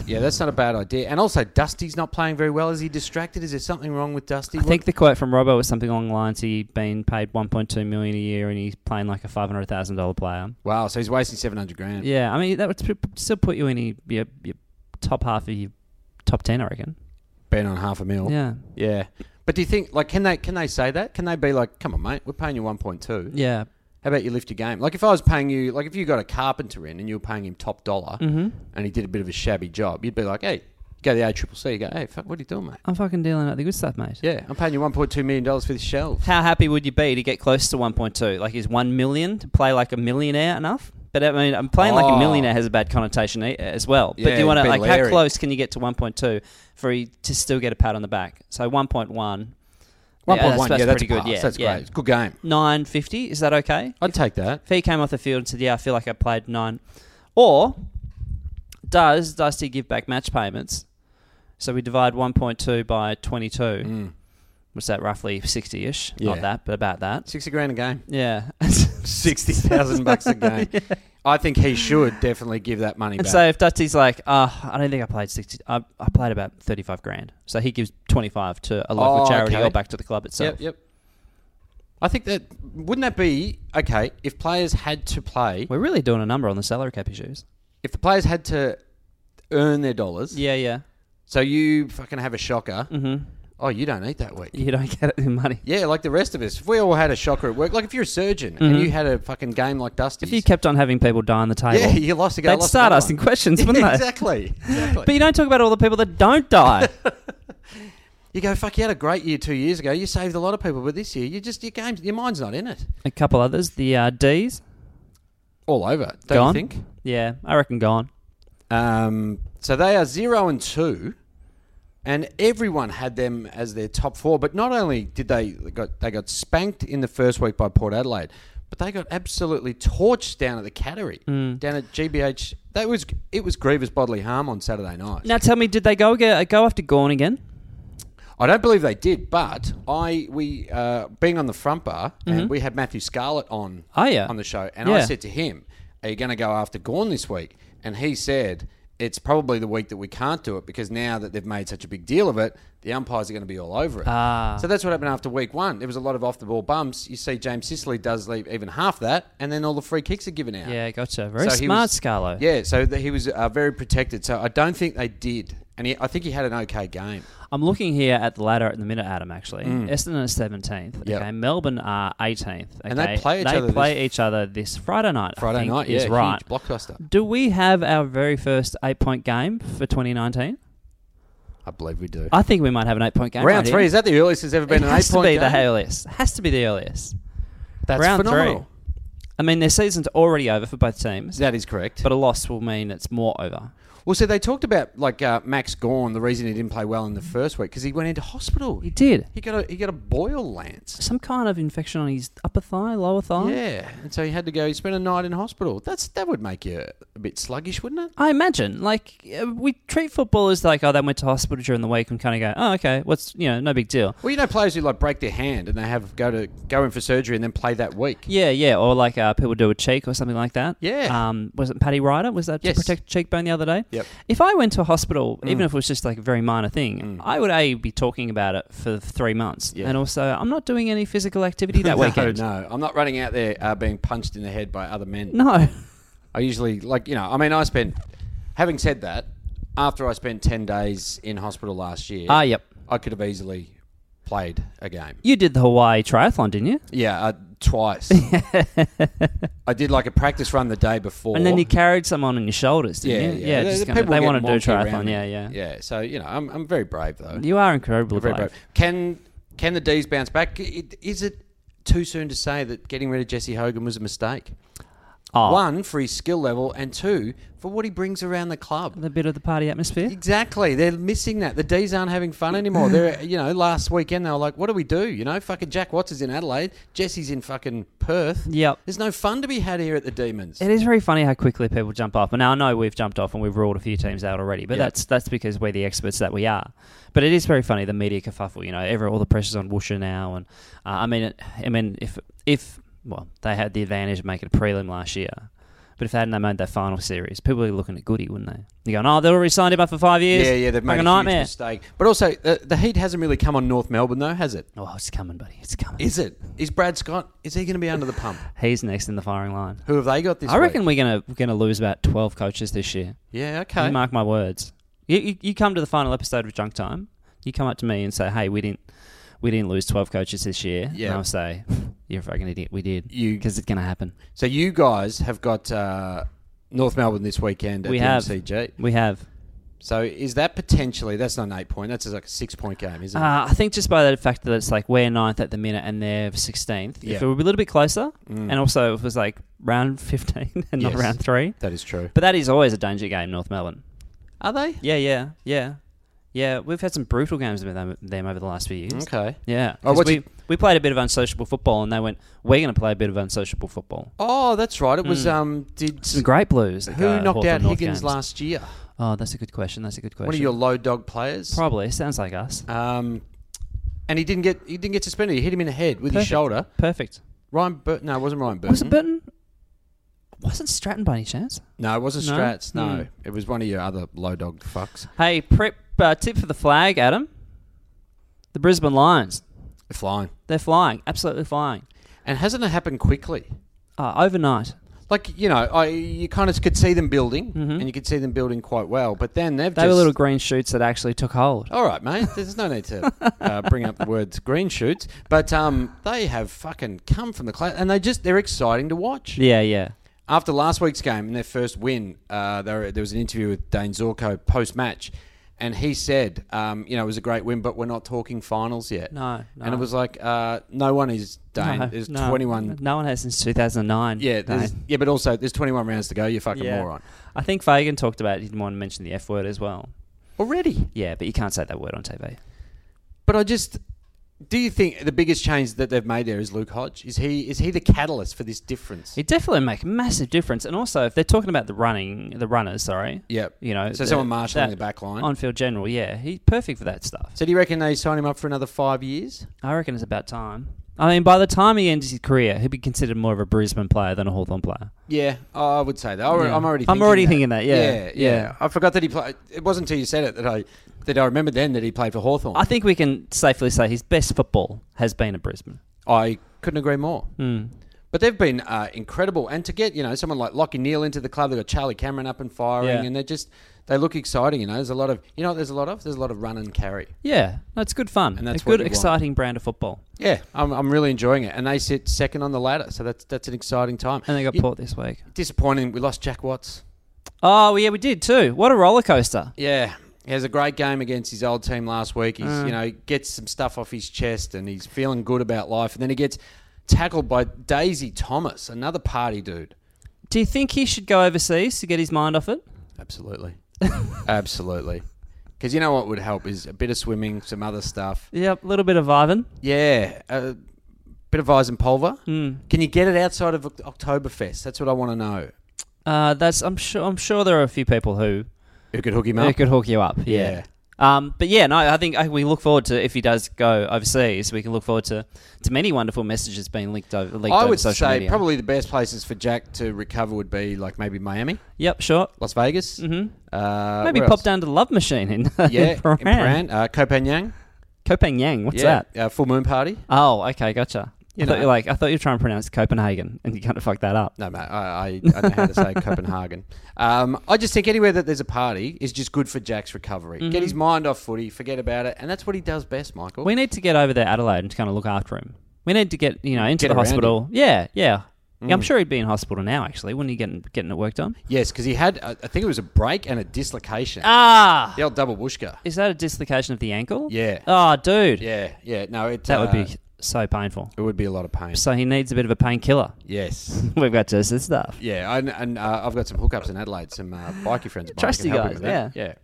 S2: Yeah, that's not a bad idea. And also, Dusty's not playing very well. Is he distracted? Is there something wrong with Dusty?
S1: I think the quote from Robbo was something along the lines he been paid 1.2 million a year and he's playing like a $500,000 player.
S2: wow, so he's wasting seven hundred grand.
S1: Yeah, I mean that would sp- still put you in your, your, your top half of your top 10, I reckon.
S2: Been on half a mil.
S1: Yeah.
S2: Yeah. But do you think like can they can they say that? Can they be like, come on, mate, we're paying you one point two.
S1: Yeah.
S2: How about you lift your game? Like if I was paying you, like if you got a carpenter in and you were paying him top dollar,
S1: Mm. Mm-hmm.
S2: and he did a bit of a shabby job, you'd be like, hey, go to the A Triple C. You go, hey, fuck, what are you doing, mate?
S1: I'm fucking dealing out the good stuff, mate.
S2: Yeah, I'm paying you one point two million dollars for this shelf.
S1: How happy would you be to get close to 1.2? Like, is 1 million to play like a millionaire enough? But I mean, I'm playing like a
S2: Oh.
S1: millionaire has a bad connotation e- as well. but
S2: Yeah,
S1: do you want
S2: a
S1: to,
S2: bit
S1: like, how
S2: leery.
S1: close can you get to 1.2 for you to still get a pat on the back? So 1.1.
S2: One point one.
S1: that's
S2: Yeah, that's,
S1: pretty good.
S2: good.
S1: Yeah,
S2: that's
S1: yeah.
S2: great. Good game.
S1: 950, is that okay?
S2: I'd take that.
S1: If he came off the field and said, "Yeah, I feel like I played nine. or does Dusty give back match payments? So we divide one point two by twenty two. What's that? Roughly sixty ish. Not
S2: Mm. Yeah.
S1: that, but about that.
S2: Sixty grand a game.
S1: Yeah.
S2: Sixty thousand bucks a game. I think he should definitely give that money
S1: and
S2: back.
S1: so if Dusty's like, uh, I don't think I played sixty. I, I played about thirty five grand. So he gives twenty five to a local
S2: Oh,
S1: charity
S2: okay.
S1: or back to the club itself.
S2: Yep, yep. I think that wouldn't that be okay if players had to play
S1: We're really doing a number on the salary cap issues.
S2: if the players had to earn their dollars.
S1: Yeah, yeah.
S2: So you fucking have a shocker.
S1: Mm-hmm.
S2: Oh, you don't eat that week.
S1: You don't get it in money.
S2: Yeah, like the rest of us. If we all had a shocker at work, like if you're a surgeon and you had a fucking game like Dusty's,
S1: If you kept on having people die on the table,
S2: yeah, you lost a go.
S1: they'd
S2: lost
S1: start
S2: another
S1: asking
S2: one.
S1: questions, wouldn't
S2: Yeah,
S1: they?
S2: exactly. Exactly.
S1: But you don't talk about all the people that don't die.
S2: you go, fuck, you had a great year two years ago. You saved a lot of people, but this year, you just your games, your mind's not in it.
S1: a couple others, the uh, D's
S2: All over. Don't
S1: gone.
S2: you think?
S1: Yeah, I reckon gone.
S2: Um, so they are zero and two, and everyone had them as their top four. But not only did they they got they got spanked in the first week by Port Adelaide, but they got absolutely torched down at the Cattery, down at GBH. That was it was grievous bodily harm on Saturday night.
S1: Now tell me, did they go aga go after Gorn again?
S2: I don't believe they did, but I we uh, being on the front bar and we had Matthew Scarlett on
S1: Mm-hmm. Oh, yeah.
S2: on the show, and I
S1: Yeah.
S2: said to him, "Are you going to go after Gorn this week?" And he said, "It's probably the week that we can't do it because now that they've made such a big deal of it, the umpires are going to be all over it." Ah. So that's what happened after week one. There was a lot of off the ball bumps. You see, James Sicily does leave even half that, and then all the free kicks are given out.
S1: Yeah, gotcha. Very
S2: he
S1: smart,
S2: was-
S1: Scarlo.
S2: Yeah, so th- he was uh, very protected. So I don't think they did, and he, I think he had an okay game.
S1: I'm looking here at the ladder at the minute, Adam. Actually, Essendon is seventeenth.
S2: Mm. Yep.
S1: Okay, Melbourne are eighteenth. Okay?
S2: And they play each other this-
S1: play each other this Friday night. I
S2: Friday
S1: think
S2: night
S1: is
S2: yeah,
S1: right.
S2: Huge blockbuster.
S1: Do we have our very first eight point game for 2019?
S2: I believe we do.
S1: I think we might have an eight point game.
S2: Round
S1: right
S2: three
S1: here.
S2: is that the earliest there's ever
S1: It
S2: been an
S1: has
S2: eight
S1: to
S2: point
S1: be
S2: game.
S1: the earliest. Has to be the earliest.
S2: That's
S1: round
S2: phenomenal.
S1: three. I mean, their season's already over for both teams,
S2: That is correct.
S1: but a loss will mean it's more over.
S2: well, so they talked about like uh, Max Gorn, the reason he didn't play well in the first week because he went into hospital.
S1: He did
S2: He got a he got a boil lance.
S1: some kind of infection on his upper thigh, lower thigh.
S2: Yeah, and so he had to go. He spent a night in hospital. That's that would make you a bit sluggish, wouldn't it?
S1: I imagine, like uh, we treat footballers like, oh, they went to hospital during the week, and kind of go, oh, okay, what's you know, no big deal.
S2: Well, you know, players who like break their hand and they have go to go in for surgery and then play that week.
S1: Yeah, yeah, or like uh, people do a cheek or something like that.
S2: Yeah.
S1: Um, was it Paddy Ryder? Was that
S2: Yes.
S1: to protect cheekbone the other day?
S2: Yep. Mm.
S1: If I went to a hospital, even if it was just like a very minor thing, I would a be talking about it for three months,
S2: Yeah.
S1: and also I'm not doing any physical activity that
S2: no,
S1: weekend.
S2: no, I'm not running out there uh, being punched in the head by other men.
S1: No.
S2: I usually like you know. I mean, I spent. Having said that, after I spent ten days in hospital last year,
S1: Ah, yep.
S2: I could have easily played a game.
S1: You did the Hawaii triathlon, didn't you?
S2: Yeah, uh, twice. I did like a practice run the day before,
S1: And then you carried someone on your shoulders,
S2: yeah,
S1: didn't you?
S2: yeah.
S1: Yeah,
S2: The-
S1: just
S2: the
S1: kinda-
S2: people
S1: they
S2: get
S1: want to do
S2: wonky around
S1: triathlon.
S2: me.
S1: Yeah, yeah,
S2: yeah. So you know, I'm I'm very brave though.
S1: You are incredibly
S2: very
S1: brave.
S2: brave. Can can the D's bounce back? It- Is it too soon to say that getting rid of Jesse Hogan was a mistake?
S1: Oh,
S2: One for his skill level, and two for what he brings around the club.
S1: the bit of the party atmosphere.
S2: Exactly. They're missing that. The D's aren't having fun anymore. They're, you know, last weekend they were like, what do we do? You know, fucking Jack Watts is in Adelaide. Jesse's in fucking Perth.
S1: Yep.
S2: There's no fun to be had here at the Demons.
S1: It is very funny how quickly people jump off. And now I know we've jumped off and we've ruled a few teams out already, but
S2: Yeah.
S1: that's that's because we're the experts that we are. But it is very funny the media kerfuffle. You know, every, all the pressure's on Woosha now, and uh, I mean, it, I mean, if if well, they had the advantage of making a prelim last year, But if they hadn't they made that final series, people would be looking at Goody, wouldn't they? You're going, oh, they've already signed him up for five years.
S2: Yeah, yeah, they've made
S1: like
S2: a,
S1: a
S2: huge
S1: nightmare.
S2: mistake. But also, uh, the, the heat hasn't really come on North Melbourne though, has it?
S1: Oh, it's coming, buddy. It's coming.
S2: Is it? Is Brad Scott? Is he going to be under the pump?
S1: He's next in the firing line.
S2: Who have they got this?
S1: I reckon
S2: week?
S1: we're gonna we're gonna lose about twelve coaches this year.
S2: Yeah. Okay.
S1: You mark my words. You, you, you come to the final episode of Junk Time. You come up to me and say, "Hey, we didn't we didn't lose twelve coaches this year."
S2: Yeah.
S1: And I'll say, "You're a fucking idiot. We did.
S2: You-
S1: because it's gonna happen.
S2: So you guys have got uh, North Melbourne this weekend at
S1: we
S2: the
S1: have.
S2: MCG.
S1: We have.
S2: So is that potentially? That's not an eight point. That's like a six point game, isn't
S1: Uh, I think just by that fact that it's like we're ninth at the minute and they're sixteenth.
S2: Yeah.
S1: If it were a little bit closer, and also if it was like round fifteen and not
S2: Yes.
S1: round three,
S2: it? That is true.
S1: but that is always a danger game, North Melbourne.
S2: Are they?
S1: Yeah, yeah, yeah, yeah. We've had some brutal games with them, them over the last few years.
S2: Okay.
S1: Yeah,
S2: Oh,
S1: 'cause
S2: what's
S1: we
S2: it-
S1: we played a bit of unsociable football, and they went, "We're going to play a bit of unsociable football."
S2: Oh, that's right. It was um. Did
S1: Hmm. Some great blues. that
S2: who
S1: go-
S2: knocked
S1: Hawthorn
S2: out
S1: North
S2: Higgins
S1: games.
S2: last year?
S1: Oh, that's a good question. That's a good question.
S2: One of your low dog players.
S1: probably sounds like us.
S2: Um, and he didn't get he didn't get suspended. He hit him in the head with his
S1: Perfect.
S2: shoulder.
S1: Perfect.
S2: Ryan Bur- no, it wasn't Ryan Burton.
S1: Was it Burton? Wasn't Stratton by any chance?
S2: No, it wasn't
S1: No?
S2: Strats. No,
S1: Hmm.
S2: it was one of your other low dog fucks.
S1: Hey, prep uh, tip for the flag, Adam. The Brisbane Lions.
S2: Flying.
S1: They're flying, absolutely flying.
S2: And hasn't it happened quickly?
S1: Uh, overnight,
S2: Like you know, I you kind of could see them building, and you could see them building quite well. But then they've
S1: Mm-hmm. they were
S2: just
S1: little green shoots that actually took hold.
S2: all right, mate. There's no need to uh, bring up the words green shoots, but um, they have fucking come from the class, and they just they're exciting to watch.
S1: Yeah, yeah.
S2: After last week's game and their first win, uh, there, there was an interview with Dane Zorco post match, and he said, um, you know, it was a great win, but we're not talking finals yet.
S1: No, no.
S2: And it was like, uh, no one is Dane.
S1: No,
S2: there's
S1: no.
S2: 21.
S1: No one has since 2009.
S2: Yeah, there's,
S1: Dane.
S2: yeah, but also there's 21 rounds to go. You fucking
S1: Yeah.
S2: moron.
S1: I think Fagan talked about he didn't want to mention the F word as well.
S2: Already.
S1: Yeah, but you can't say that word on TV.
S2: But I just, do you think the biggest change that they've made there is Luke Hodge? Is he is he the catalyst for this difference?
S1: It definitely make a massive difference. And also, if they're talking about the running, the runners, sorry.
S2: Yep.
S1: You know,
S2: So
S1: the-
S2: someone marshalling
S1: that
S2: the back line.
S1: On-field general, yeah, he's perfect for that stuff.
S2: so do you reckon they sign him up for another five years?
S1: I reckon it's about time. I mean, by the time he ends his career, he'll be considered more of a Brisbane player than a Hawthorn player.
S2: Yeah, I would say that. I,
S1: Yeah.
S2: am already.
S1: I'm
S2: Thinking
S1: already
S2: that.
S1: thinking that, yeah,
S2: yeah,
S1: yeah.
S2: I forgot that he played. It wasn't until you said it that I that I remembered then that he played for Hawthorn.
S1: I think we can safely say his best football has been at Brisbane.
S2: I couldn't agree more.
S1: Hmm.
S2: But they've been uh, incredible, and to get you know someone like Lockie Neal into the club, they've got Charlie Cameron up and firing,
S1: Yeah.
S2: and they're just they look exciting. You know, there's a lot of you know what there's a lot of there's a lot of run and carry.
S1: Yeah, that's good fun.
S2: And that's
S1: a
S2: what
S1: good,
S2: you want.
S1: exciting brand of football.
S2: Yeah, I'm, I'm really enjoying it, and they sit second on the ladder, so that's that's an exciting time.
S1: And they got
S2: Yeah,
S1: Port this week.
S2: disappointing. We lost Jack Watts.
S1: Oh, yeah, we did too. What a roller coaster.
S2: Yeah. He has a great game against his old team last week. He's,
S1: Uh.
S2: you know, gets some stuff off his chest and he's feeling good about life. And then he gets tackled by Daisy Thomas, another party dude.
S1: Do you think he should go overseas to get his mind off it?
S2: Absolutely. Absolutely. Because you know what would help is a bit of swimming, some other stuff.
S1: Yep, a little bit of Ivan.
S2: Yeah. A bit of eyes and pulver.
S1: Hmm.
S2: Can you get it outside of Oct- Oktoberfest? That's what I want to know.
S1: Uh, that's I'm sure I'm sure there are a few people who,
S2: Who could hook him
S1: who
S2: up?
S1: could hook you up.
S2: Yeah.
S1: Yeah. Um, but yeah, no, I think I, we look forward to if he does go overseas, we can look forward to, to many wonderful messages being linked over. Leaked
S2: I
S1: over
S2: would
S1: social
S2: say
S1: media.
S2: probably the best places for Jack to recover would be like maybe Miami,
S1: Yep, sure.
S2: Las Vegas. Mm-hmm. Uh,
S1: Mm. Maybe
S2: where
S1: pop
S2: else?
S1: down to the Love Machine in,
S2: Yeah,
S1: in Paran.
S2: in Paran, uh, Koh Phangan.
S1: Kopang Yang, what's
S2: yeah,
S1: that?
S2: Uh, full moon party.
S1: Oh, okay, gotcha.
S2: You
S1: I thought
S2: know.
S1: you like I thought you were trying to pronounce Copenhagen, and you kind of fucked that up.
S2: No, mate, I, I, I know how to say Copenhagen. Um, I just think anywhere that there's a party is just good for Jack's recovery.
S1: Mm-hmm.
S2: Get his mind off footy, forget about it, and that's what he does best, Michael.
S1: We need to get over there, Adelaide, and kind of look after him. We need to get you know into
S2: Get
S1: the
S2: around Mm.
S1: hospital. Yeah, yeah. Yeah, I'm sure he'd be in hospital now. Actually, wouldn't he getting getting it worked on?
S2: yes, because he had, uh, I think it was a break and a dislocation.
S1: Ah,
S2: The old double bushka.
S1: is that a dislocation of the ankle?
S2: Yeah.
S1: Oh, dude,
S2: Yeah, yeah. No, it,
S1: that
S2: uh,
S1: would be so painful.
S2: It would be a lot of pain.
S1: So he needs a bit of a painkiller.
S2: Yes.
S1: We've got just this stuff.
S2: Yeah, and, and uh, I've got some hookups in Adelaide, some uh, bikie friends. of mine
S1: Trusty
S2: who can help
S1: guys,
S2: him with that. yeah.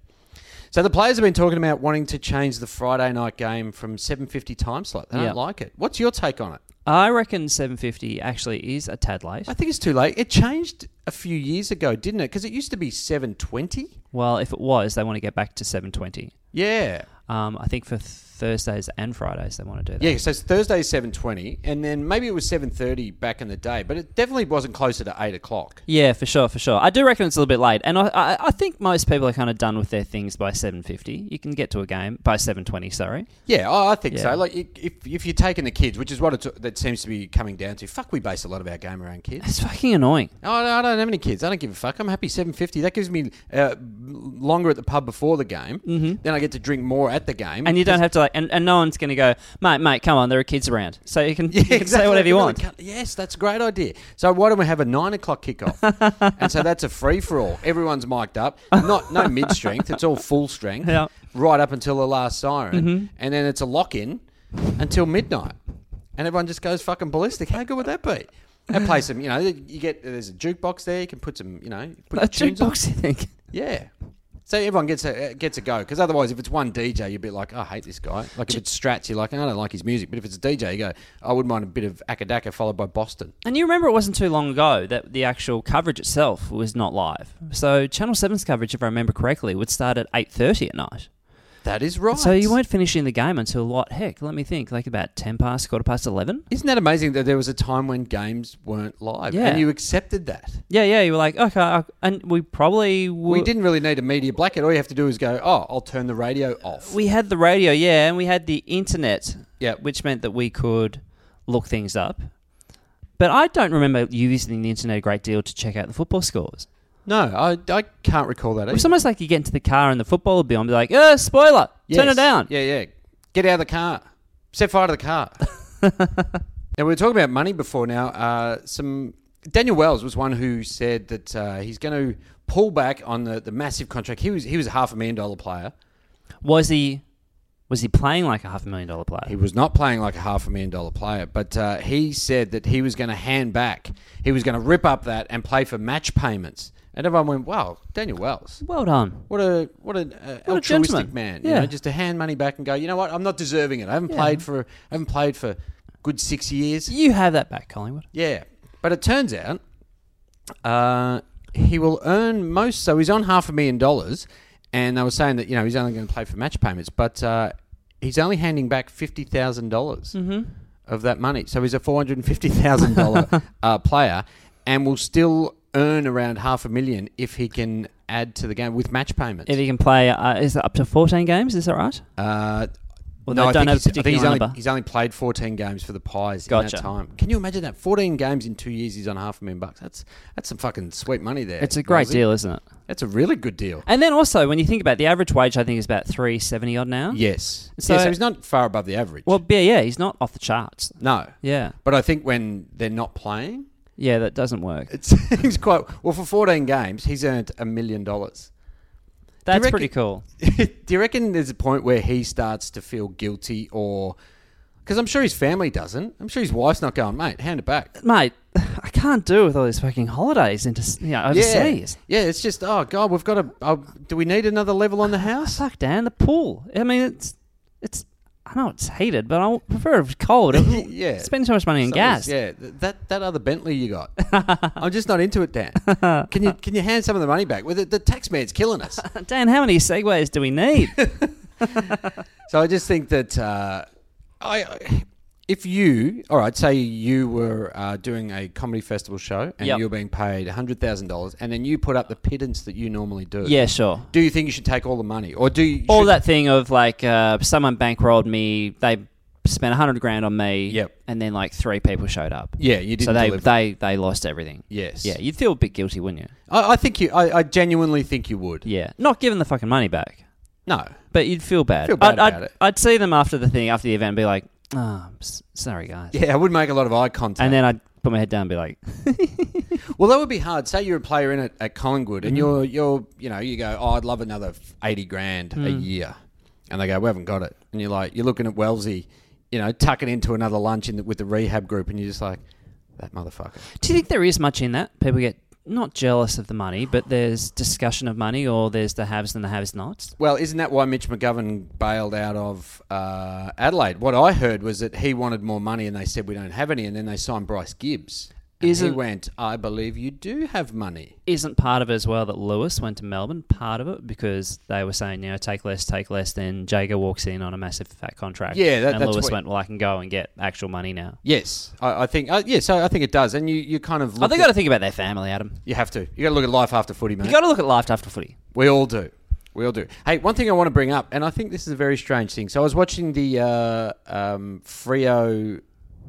S2: So the players have been talking about wanting to change the Friday night game from 7.50 time slot. They
S1: Yeah.
S2: don't like it. What's your take on it?
S1: I reckon 750 actually is a tad late.
S2: I think it's too late. It changed a few years ago, didn't it? Because it used to be 7.20.
S1: Well, if it was, they want to get back to 720.
S2: Yeah.
S1: Um, I think for Thursdays and Fridays they want to do that.
S2: Yeah, so it's Thursday seven twenty, and then maybe it was seven thirty back in the day, but it definitely wasn't closer to eight o'clock.
S1: Yeah, for sure, for sure. I do reckon it's a little bit late, and I, I, I think most people are kind of done with their things by seven fifty. You can get to a game by seven twenty. Sorry.
S2: Yeah, I I think
S1: Yeah.
S2: so. Like i- if if you're taking the kids, which is what it's, that seems to be coming down to. Fuck, we base a lot of our game around kids.
S1: It's fucking annoying.
S2: Oh, I don't have any kids. I don't give a fuck. I'm happy seven fifty. That gives me uh, longer at the pub before the game. Mm-hmm. Then I get to drink more at the game.
S1: And you don't have to like, and, and no one's going to go, mate, mate, come on, there are kids around, so you can, you can say whatever you
S2: Really
S1: want.
S2: cut- Yes, that's a great idea. So why don't we have a nine o'clock kickoff? and so that's a free for all. Everyone's mic'd up. Not no mid strength. It's all full strength.
S1: Yeah. Mm-hmm.
S2: Right up until the last siren, and then it's a lock in until midnight, and everyone just goes fucking ballistic. How good would that be? And play some, you know, you get there's a jukebox there. You can put some, you know, put
S1: A
S2: your tunes on.
S1: jukebox, you think?
S2: Yeah. So everyone gets a uh, gets a go because otherwise, if it's one DJ, you're a bit like, "Oh, I hate this guy. Like if it's Strats, you're like, I don't like his music. But if it's a DJ, you go, I wouldn't mind a bit of Akadaka followed by Boston.
S1: And you remember it wasn't too long ago that the actual coverage itself was not live. So Channel 7's coverage, if I remember correctly, would start at 8.30 at night.
S2: That is right.
S1: So you weren't finishing the game until what? Heck, let me think. Like about 10 past, quarter past 11?
S2: Isn't that amazing that there was a time when games weren't live
S1: Yeah.
S2: and you accepted that?
S1: Yeah, yeah. You were like, okay. I, and we probably would.
S2: We didn't really need a media blackout. All you have to do is go, oh, I'll turn the radio off.
S1: We had the radio, yeah, and we had the internet, uh,
S2: Yeah.
S1: which meant that we could look things up. But I don't remember using the internet a great deal to check out the football scores.
S2: No, I, I can't recall that.
S1: It
S2: Either.
S1: was almost like you get into the car and the football would be on, be like, "Oh, spoiler! Turn
S2: Yes.
S1: it down."
S2: Yeah, yeah. Get out of the car. Set fire to the car. now, we were talking about money before now. Uh, some Daniel Wells was one who said that uh, he's going to pull back on the, the massive contract. He was he was a half a million dollar player.
S1: Was he? Was he playing like a half a million dollar player?
S2: He was not playing like a half a million dollar player, but uh, he said that he was going to hand back. He was going to rip up that and play for match payments. And everyone went, "Wow, Daniel Wells."
S1: well done.
S2: What a what an uh,
S1: What a
S2: altruistic
S1: gentleman.
S2: man! You
S1: Yeah.
S2: know, just to hand money back and go. You know what? I'm not deserving it. I haven't played for I haven't played for good six years.
S1: You have that back, Collingwood.
S2: Yeah, but it turns out uh, he will earn most. So he's on half a million dollars, and they were saying that you know he's only going to play for match payments, but uh, he's only handing back fifty dollars
S1: Mm-hmm.
S2: of that money. So he's a four hundred and fifty thousand dollar uh, player, and will still earn around half a million if he can add to the game with match payments.
S1: If he can play, uh, is it up to fourteen games? Is that right?
S2: Uh,
S1: Well, they don't
S2: I
S1: have a
S2: think he's- I think he's
S1: particular
S2: only,
S1: number.
S2: he's only played 14 games for the Pies
S1: Gotcha.
S2: in that time. Can you imagine that? 14 games in two years, he's on half a million bucks. That's that's some fucking sweet money there.
S1: It's a great
S2: Rosie.
S1: deal, isn't it?
S2: That's a really good deal.
S1: And then also, when you think about it, the average wage, I think is about three seventy odd now.
S2: Yes. Yeah, So,
S1: So-
S2: he's not far above the average.
S1: Well, yeah, yeah, he's not off the charts.
S2: no.
S1: Yeah,
S2: But I think when they're not playing,
S1: yeah, that doesn't work.
S2: it seems quite well. For 14 games, he's earned a million dollars.
S1: That's
S2: reckon-
S1: pretty cool.
S2: Do you reckon there's a point where he starts to feel guilty or. Because I'm sure his family doesn't. I'm sure his wife's not going, mate, hand it back.
S1: Mate, I can't do with all these fucking holidays into s- you know, overseas.
S2: Yeah, it's just oh god, we've got a. Oh, do we need another level on the house?
S1: Fuck, Dan, the pool. I mean, it's it's. I know it's heated, but I prefer if it's cold.
S2: Yeah.
S1: spend so much money on gas.
S2: Yeah, th- that that other Bentley you got. I'm just not into it, Dan. Can you can you hand some of the money back? Well, the, the tax man's killing us.
S1: Dan, how many segways do we need?
S2: so I just think that uh, I. I if you, all right, say you were uh, doing a comedy festival show and
S1: Yep.
S2: you're being paid $100,000 and then you put up the pittance that you normally do.
S1: yeah, sure.
S2: Do you think you should take all the money? Or do you.
S1: All
S2: should-
S1: that thing of like uh, someone bankrolled me. They spent a hundred grand on me.
S2: Yep.
S1: And then like three people showed up.
S2: Yeah, you didn't
S1: So they
S2: deliver.
S1: they they lost everything.
S2: Yes.
S1: Yeah, you'd feel a bit guilty, wouldn't you?
S2: I, I think you. I, I genuinely think you would.
S1: Yeah. Not giving the fucking money back.
S2: No.
S1: But you'd feel bad.
S2: Feel bad
S1: I'd,
S2: about
S1: I'd,
S2: it.
S1: I'd see them after the thing, after the event, and be like, "Ah, I'm s sorry guys."
S2: Yeah, I would make a lot of eye contact.
S1: And then I'd put my head down and be like,
S2: well, that would be hard. Say you're a player in it at Collingwood,
S1: Mm-hmm.
S2: and you're you're you know you go, oh, I'd love another f- eighty grand a
S1: Mm.
S2: year, and they go, we haven't got it, and you're like, you're looking at Wellesley, you know, tucking into another lunch in the, with the rehab group, and you're just like, that motherfucker.
S1: "Do you think there is much in that? People get not jealous of the money, but there's discussion of money, or there's the haves and the have-nots."
S2: Well, isn't that why Mitch McGovern bailed out of uh, Adelaide? What I heard was that he wanted more money, and they said we don't have any, and then they signed Bryce Gibbs. And he
S1: Isn't-
S2: went, I believe you do have money.
S1: Isn't part of it as well that Lewis went to Melbourne? Part of it because they were saying, you know, take less, take less. Then Jager walks in on a massive fat contract.
S2: Yeah, that-
S1: and
S2: that's
S1: Lewis
S2: what-
S1: went, well, I can go and get actual money now.
S2: Yes, I, I think. Uh, yeah, so I think it does. And you, you kind of
S1: Oh,
S2: look.
S1: they got
S2: at-
S1: to think about their family, Adam.
S2: you have to. You got to look at life after footy, mate.
S1: You got to look at life after footy.
S2: We all do. We all do. Hey, one thing I want to bring up, and I think this is a very strange thing. So I was watching the uh, um, Frio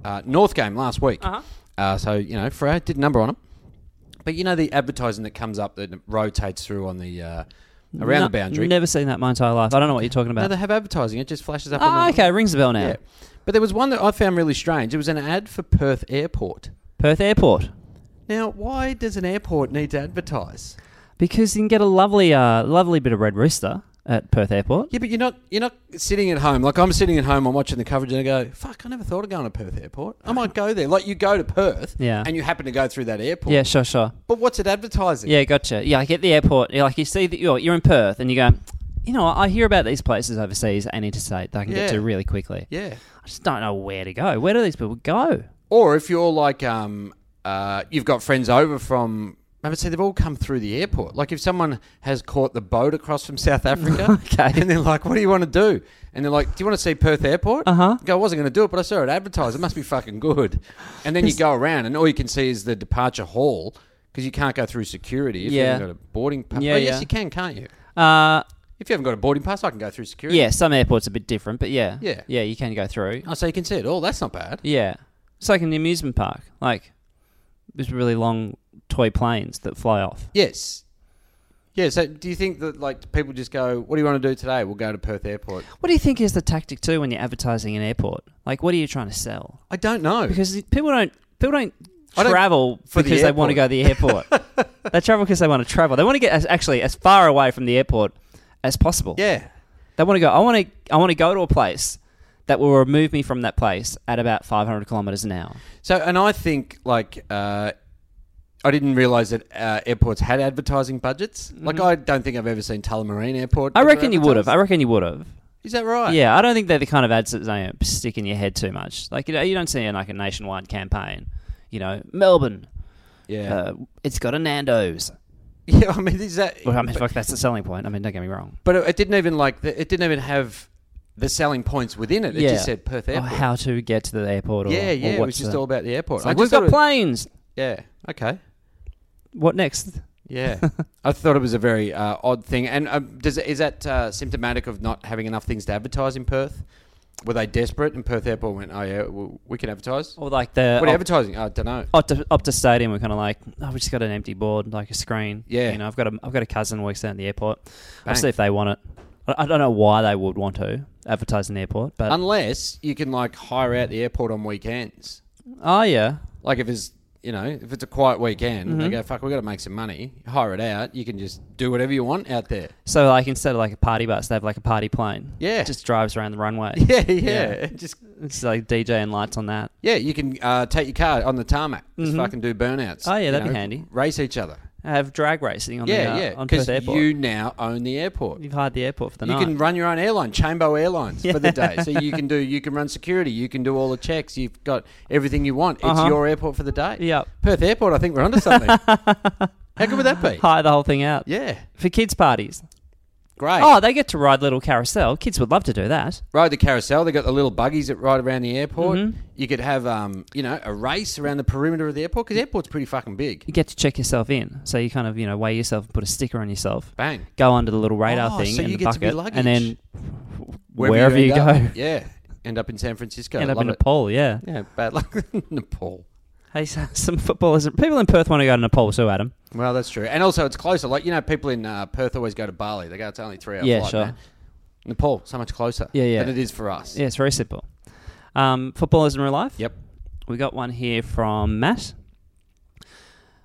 S2: uh, North game last week.
S1: Uh-huh.
S2: Uh, so you know, Frio did a number on them. But you know the advertising that comes up that rotates through on the uh, around
S1: No-
S2: the boundary.
S1: Never seen that my entire life. I don't know what you're talking
S2: No,
S1: about.
S2: they have advertising. It just flashes up.
S1: Ah,
S2: on the,
S1: okay, rings the bell now.
S2: Yeah. But there was one that I found really strange. It was an ad for Perth Airport.
S1: Perth Airport.
S2: Now, why does an airport need to advertise?
S1: Because you can get a lovely, uh, lovely bit of red rooster at Perth Airport.
S2: Yeah, but you're not you're not sitting at home. Like I'm sitting at home, I'm watching the coverage, and I go, "Fuck, I never thought of going to Perth Airport. I might go there." Like you go to Perth,
S1: Yeah.
S2: and you happen to go through that airport.
S1: Yeah, sure, sure.
S2: But what's it advertising?
S1: Yeah, gotcha. Yeah, like at the airport, you're like you see that you're, you're in Perth, and you go, you know, I hear about these places overseas and interstate that I can get
S2: Yeah.
S1: to really quickly.
S2: Yeah.
S1: I just don't know where to go. Where do these people go?
S2: Or if you're like, um, uh, you've got friends over from. I would say they've all come through the airport. Like if someone has caught the boat across from South Africa,
S1: Okay.
S2: and they're like, "What do you want to do?" And they're like, "Do you want to see Perth Airport?"
S1: Uh-huh.
S2: Go, I wasn't going to do it, but I saw it advertised. It must be fucking good. And then you go around, and all you can see is the departure hall because you can't go through security. If you
S1: Yeah.
S2: haven't got a boarding pass.
S1: Yeah,
S2: oh, yes,
S1: yeah.
S2: you can, can't you?
S1: Uh,
S2: If you haven't got a boarding pass, I can go through security.
S1: yeah, some airports are a bit different, but yeah,
S2: Yeah.
S1: yeah, you can go through.
S2: Oh, so you can see it all. That's not bad.
S1: Yeah, it's like an amusement park. Like there's really long toy planes that fly off.
S2: Yes. Yeah, so do you think that like people just go, "What do you want to do today?" We'll go to Perth Airport.
S1: What do you think is the tactic too when you're advertising an airport? Like, what are you trying to sell?
S2: I don't know.
S1: Because people don't people don't
S2: I don't-
S1: travel
S2: for the
S1: because they want to go to
S2: airport.
S1: the airport. they travel because they want to travel. They want to get as, actually as far away from the airport as possible.
S2: yeah,
S1: They want to go. I want to. I want to go to a place that will remove me from that place at about 500 kilometers an hour.
S2: So, and I think like uh, I didn't realize that uh, airports had advertising budgets. Like, I don't think I've ever seen Tullamarine Airport.
S1: Mm-hmm. I
S2: ever
S1: reckon you would have. I
S2: advertised.
S1: reckon you would have.
S2: Is that right?
S1: Yeah, I don't think they're the kind of ads that you know, stick in your head too much. Like you know, you don't see in like a nationwide campaign. You know, Melbourne.
S2: yeah.
S1: Uh, it's got a Nando's.
S2: yeah. I mean, is that?
S1: Well, I mean,
S2: but,
S1: fuck, that's the selling point. I mean, don't get me wrong.
S2: but it didn't even like the, it didn't even have the selling points within it. It just said Perth
S1: Or
S2: Airport.
S1: Oh, how to get to the airport. Or,
S2: yeah,
S1: or
S2: yeah. It was
S1: what's
S2: just
S1: the-
S2: all about the airport.
S1: It's like,
S2: I
S1: we've
S2: just
S1: got
S2: thought
S1: planes.
S2: it- Yeah. Okay.
S1: What next?
S2: Yeah, I thought it was a very uh, odd thing. And um, does is that uh, symptomatic of not having enough things to advertise in Perth? Were they desperate? And Perth Airport went, "Oh yeah, w- we can advertise."
S1: Or like the
S2: What
S1: Op-
S2: advertising? I don't know.
S1: Opta, Opta Stadium, we're kind of like, oh, we just got an empty board, like a screen.
S2: Yeah.
S1: You know, I've got a, I've got a cousin who works down at the airport. I'll
S2: Bang.
S1: see if they want it. I, I don't know why they would want to advertise an airport, but
S2: Unless you can like hire out the airport on weekends.
S1: oh yeah,
S2: Like if it's you know if it's a quiet weekend,
S1: Mm-hmm.
S2: and they go, "Fuck, we got to make some money." Hire it out. You can just do whatever you want out there.
S1: so like instead of like a party bus, they have like a party plane.
S2: Yeah.
S1: It just drives around the runway.
S2: Yeah, yeah.
S1: Yeah.
S2: Just
S1: It's like DJ and lights on that.
S2: yeah, you can uh, take your car on the tarmac. Just fucking do burnouts.
S1: Mm-hmm. Oh, yeah,
S2: you
S1: that'd be handy.
S2: Race each other.
S1: I have drag racing on
S2: Yeah,
S1: the uh,
S2: yeah.
S1: on Perth
S2: Because
S1: Airport.
S2: you now own the airport.
S1: You've hired the airport for the
S2: You
S1: night.
S2: can run your own airline, Chambo Airlines, for the day. So you can do, you can run security, you can do all the checks. You've got everything you want. It's
S1: Uh-huh.
S2: your airport for the day.
S1: Yep.
S2: Perth Airport. I think we're onto something. How good would that be?
S1: hire the whole thing out.
S2: Yeah,
S1: For kids parties.
S2: great.
S1: Oh, they get to ride little carousel. Kids would love to do that.
S2: Ride the carousel. They got the little buggies that ride around the airport.
S1: Mm-hmm.
S2: You could have, um, you know, a race around the perimeter of the airport because the airport's pretty fucking big.
S1: you get to check yourself in. So you kind of, you know, weigh yourself, put a sticker on yourself,
S2: Bang.
S1: go under the little radar
S2: Oh,
S1: thing
S2: so
S1: in
S2: you
S1: the
S2: get to be
S1: bucket, and then
S2: luggage.
S1: wherever you,
S2: end
S1: go,
S2: up. yeah, end up in San Francisco.
S1: end up
S2: Love
S1: in
S2: it.
S1: Nepal. Yeah.
S2: Yeah, bad luck, Nepal.
S1: Hey, so- some footballers, people in Perth want to go to Nepal too, Adam.
S2: Well, that's true, and also it's closer. Like you know, people in uh, Perth always go to Bali. They go, it's only three hours.
S1: Yeah,
S2: flight,
S1: sure.
S2: man." Nepal, so much closer.
S1: Yeah, yeah.
S2: Than it is for us.
S1: Yeah, it's very simple. Um, footballers in real life.
S2: Yep.
S1: We got one here from Matt.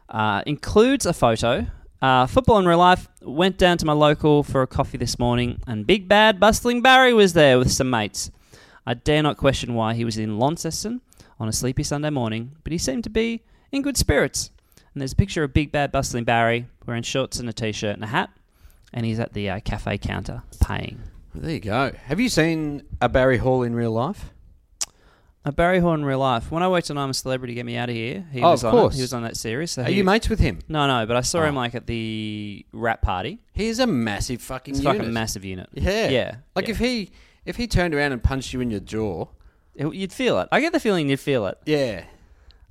S1: Uh, includes a photo. Uh, football in real life. Went down to my local for a coffee this morning, and big bad bustling Barry was there with some mates. I dare not question why he was in Launceston on a sleepy Sunday morning, but he seemed to be in good spirits. And there's a picture of big bad bustling Barry wearing shorts and a t-shirt and a hat, and he's at the uh, cafe counter paying.
S2: There you go. Have you seen a Barry Hall in real life?
S1: A Barry Horn in real life. When I worked on I'm a Celebrity, Get Me Out of Here, he
S2: Oh,
S1: was
S2: of
S1: on it.
S2: course.
S1: He was on that series. So
S2: Are
S1: he-
S2: you mates with him?
S1: No, no, but I saw him
S2: Oh.
S1: like at the rap party.
S2: He's a massive fucking
S1: It's
S2: unit.
S1: like a massive unit.
S2: Yeah.
S1: Yeah.
S2: Like
S1: yeah.
S2: if he if he turned around and punched you in your jaw.
S1: It- You'd feel it. I get the feeling you'd feel it.
S2: Yeah.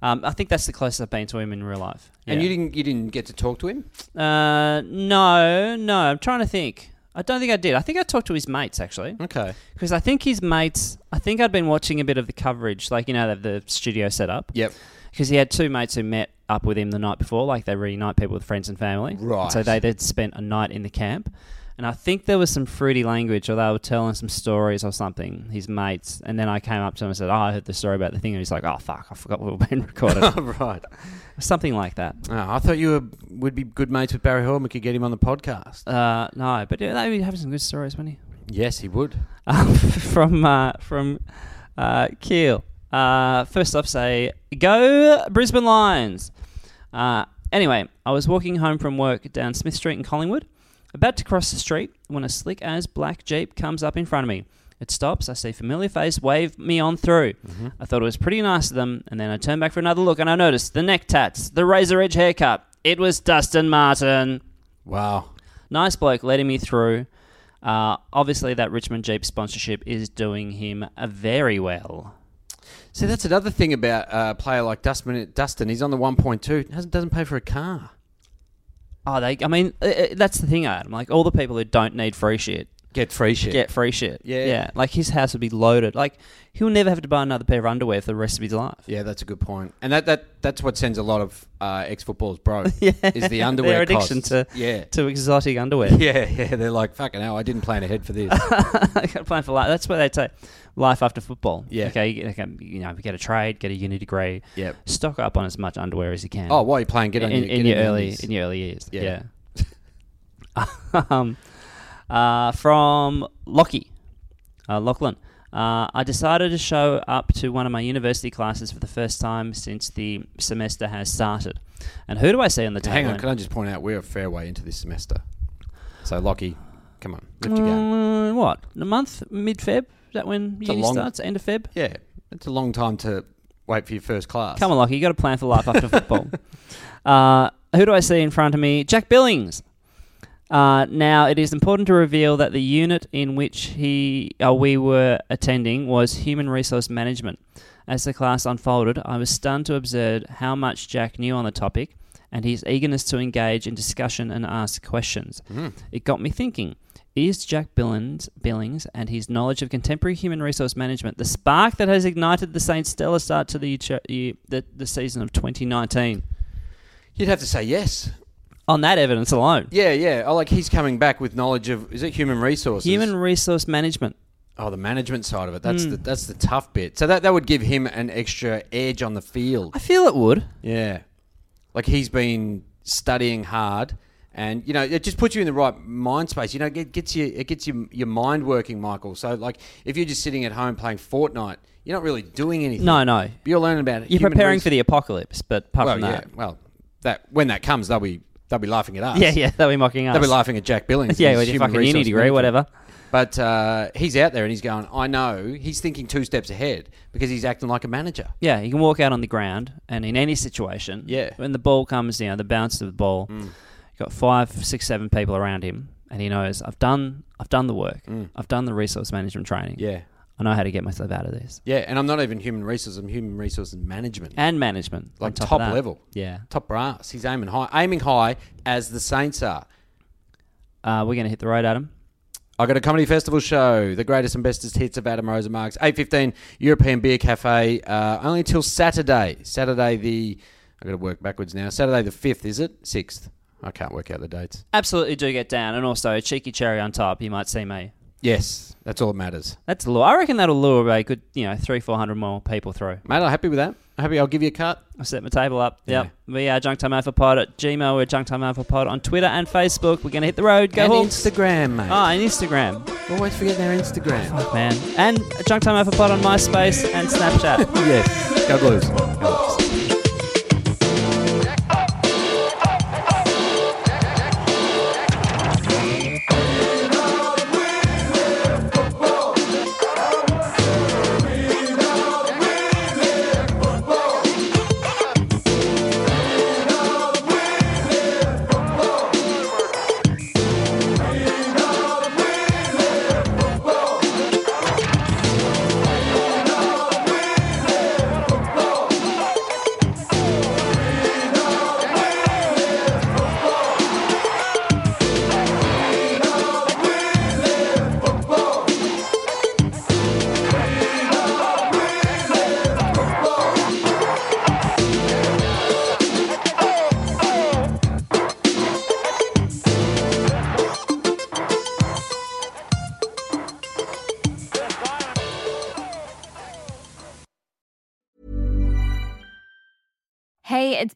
S1: Um, I think that's the closest I've been to him in real life.
S2: And
S1: Yeah.
S2: you didn't you didn't get to talk to him?
S1: Uh, no, no. I'm trying to think. I don't think I did. I think I talked to his mates actually,
S2: Okay.
S1: because I think his mates. I think I'd been watching a bit of the coverage, like you know, the, the studio setup.
S2: Yep.
S1: Because he had two mates who met up with him the night before, like they reunite people with friends and family.
S2: Right.
S1: So they they'd spent a night in the camp, and I think there was some fruity language, or they were telling some stories or something. His mates, and then I came up to him and said, "Oh, I heard the story about the thing," and he's like, "Oh fuck, I forgot we were being recorded,"
S2: right.
S1: something like that.
S2: Oh, I thought you were, would be good mates with Barry Hill and we could get him on the podcast.
S1: Uh, no, but yeah, they were having some good stories, weren't he?
S2: yes, he would.
S1: um, from uh, from uh, Kiel. Uh, first up, say go Brisbane Lions. Uh, anyway, I was walking home from work down Smith Street in Collingwood, about to cross the street when a slick as black jeep comes up in front of me. It stops. I see a familiar face wave me on through. I thought it was pretty nice of them, and then I turned back for another look, and I noticed the neck tats, the razor edge haircut. It was Dustin Martin.
S2: Wow.
S1: Nice bloke letting me through. Uh, obviously, that Richmond Jeep sponsorship is doing him uh, very well.
S2: See, that's another thing about a player like Dustin. Dustin, he's on the 1.2, hasn't, doesn't pay for a car.
S1: Oh, they. I mean, uh, uh, that's the thing, Adam. Like all the people who don't need free shit
S2: Get free shit.
S1: get free shit.
S2: Yeah.
S1: yeah. Like his house would be loaded. Like he'll never have to buy another pair of underwear for the rest of his life.
S2: Yeah, that's a good point. And that, that that's what sends a lot of uh, ex footballers broke
S1: Yeah.
S2: is the underwear
S1: Their addiction
S2: costs.
S1: to-
S2: yeah.
S1: To exotic underwear.
S2: Yeah, yeah, they're like fucking hell. I didn't plan ahead for this.
S1: I got a plan for life. That's what they say. Life after football.
S2: Yeah.
S1: Okay. You, okay, you know, get a trade, get a uni degree.
S2: Yep.
S1: Stock up on as much underwear as you can.
S2: Oh, while you're playing, get on
S1: in,
S2: your,
S1: in
S2: get
S1: your
S2: on
S1: early
S2: knees.
S1: in your early years. Yeah.
S2: Yeah.
S1: um, uh, from Lockie, uh, Lachlan. Uh, I decided to show up to one of my university classes for the first time since the semester has started. And who do I see on the
S2: Hang
S1: table?
S2: on, can I just point out we're a fair way into this semester. So Lockie, come on, lift your game.
S1: Mm, what? A month? Mid Feb? Is that when
S2: a
S1: uni
S2: long-
S1: starts? End of Feb?
S2: Yeah, it's a long time to wait for your first class.
S1: Come on, Lockie, you got a plan for life after football. Uh, who do I see in front of me? Jack Billings. Uh, now, it is important to reveal that the unit in which he uh, we were attending was human resource management. As the class unfolded, I was stunned to observe how much Jack knew on the topic and his eagerness to engage in discussion and ask questions. It got me thinking. Is Jack Billings, Billings and his knowledge of contemporary human resource management the spark that has ignited the Saints' stellar start to the, ch- year- the, the season of 2019?
S2: You'd have to say yes.
S1: On that evidence alone,
S2: Yeah, yeah. Oh, like he's coming back with knowledge of is it human resources?
S1: human Hmm. resource management.
S2: Oh, the management side of it. That's the that's the tough bit. So that that would give him an extra edge on the field.
S1: I feel it would.
S2: Yeah. Like he's been studying hard and you know it just puts you in the right mind space. You know, it gets you it gets your your mind working, Michael. So like if you're just sitting at home playing Fortnite, you're not really doing anything.
S1: No, no.
S2: But you're learning about it.
S1: You're preparing for the apocalypse, but apart
S2: well,
S1: from
S2: yeah.
S1: that,
S2: Well, that when that comes, they'll be they'll be laughing at us.
S1: yeah, yeah, they'll be mocking us.
S2: They'll be laughing at Jack Billings.
S1: yeah,
S2: He's
S1: with your
S2: human
S1: fucking uni
S2: resource
S1: degree,
S2: manager.
S1: whatever.
S2: But uh, he's out there and he's going, I know. He's thinking two steps ahead because he's acting like a manager.
S1: Yeah, you can walk out on the ground and in any situation.
S2: Yeah. Mm.
S1: When the ball comes, you know, the bounce of the ball, got five, six, seven people around him, and he knows I've done, I've done the work, I've done the resource management training.
S2: Mm. Yeah.
S1: I know how to get myself out of this.
S2: Yeah. And I'm not even human resources, I'm human resources management.
S1: And management,
S2: Like
S1: on top, of
S2: top
S1: that.
S2: level.
S1: Yeah,
S2: Top brass. He's aiming high, aiming high as the Saints are.
S1: uh, we're gonna hit the road, Adam.
S2: I got a comedy festival show, the greatest and bestest hits of Adam Rosenmark's, eight fifteen European Beer Cafe, uh, only until Saturday. Saturday the, I got to work backwards now. Saturday the fifth, is it sixth? I can't work out the dates.
S1: Absolutely, do get down, and also a cheeky cherry on top. You might see me.
S2: Yes, that's all that matters,
S1: That's a lure. I reckon that'll lure about a good, you know, three, four hundred more people through.
S2: mate. I'm happy with that. I'm happy. I'll give you a cut.
S1: I set my table up.
S2: Yeah.
S1: Yep. We are Junk Time Alpha Pod at Gmail. We're Junk Time Alpha Pod on Twitter and Facebook. We're going to hit the road. Go
S2: and
S1: Hawks.
S2: Instagram, mate.
S1: Ah, and Instagram.
S2: Always forget their Instagram.
S1: Man. And Junk Time Alpha Pod on MySpace and Snapchat.
S2: yes, go Blues.
S3: We love, we Hey, it's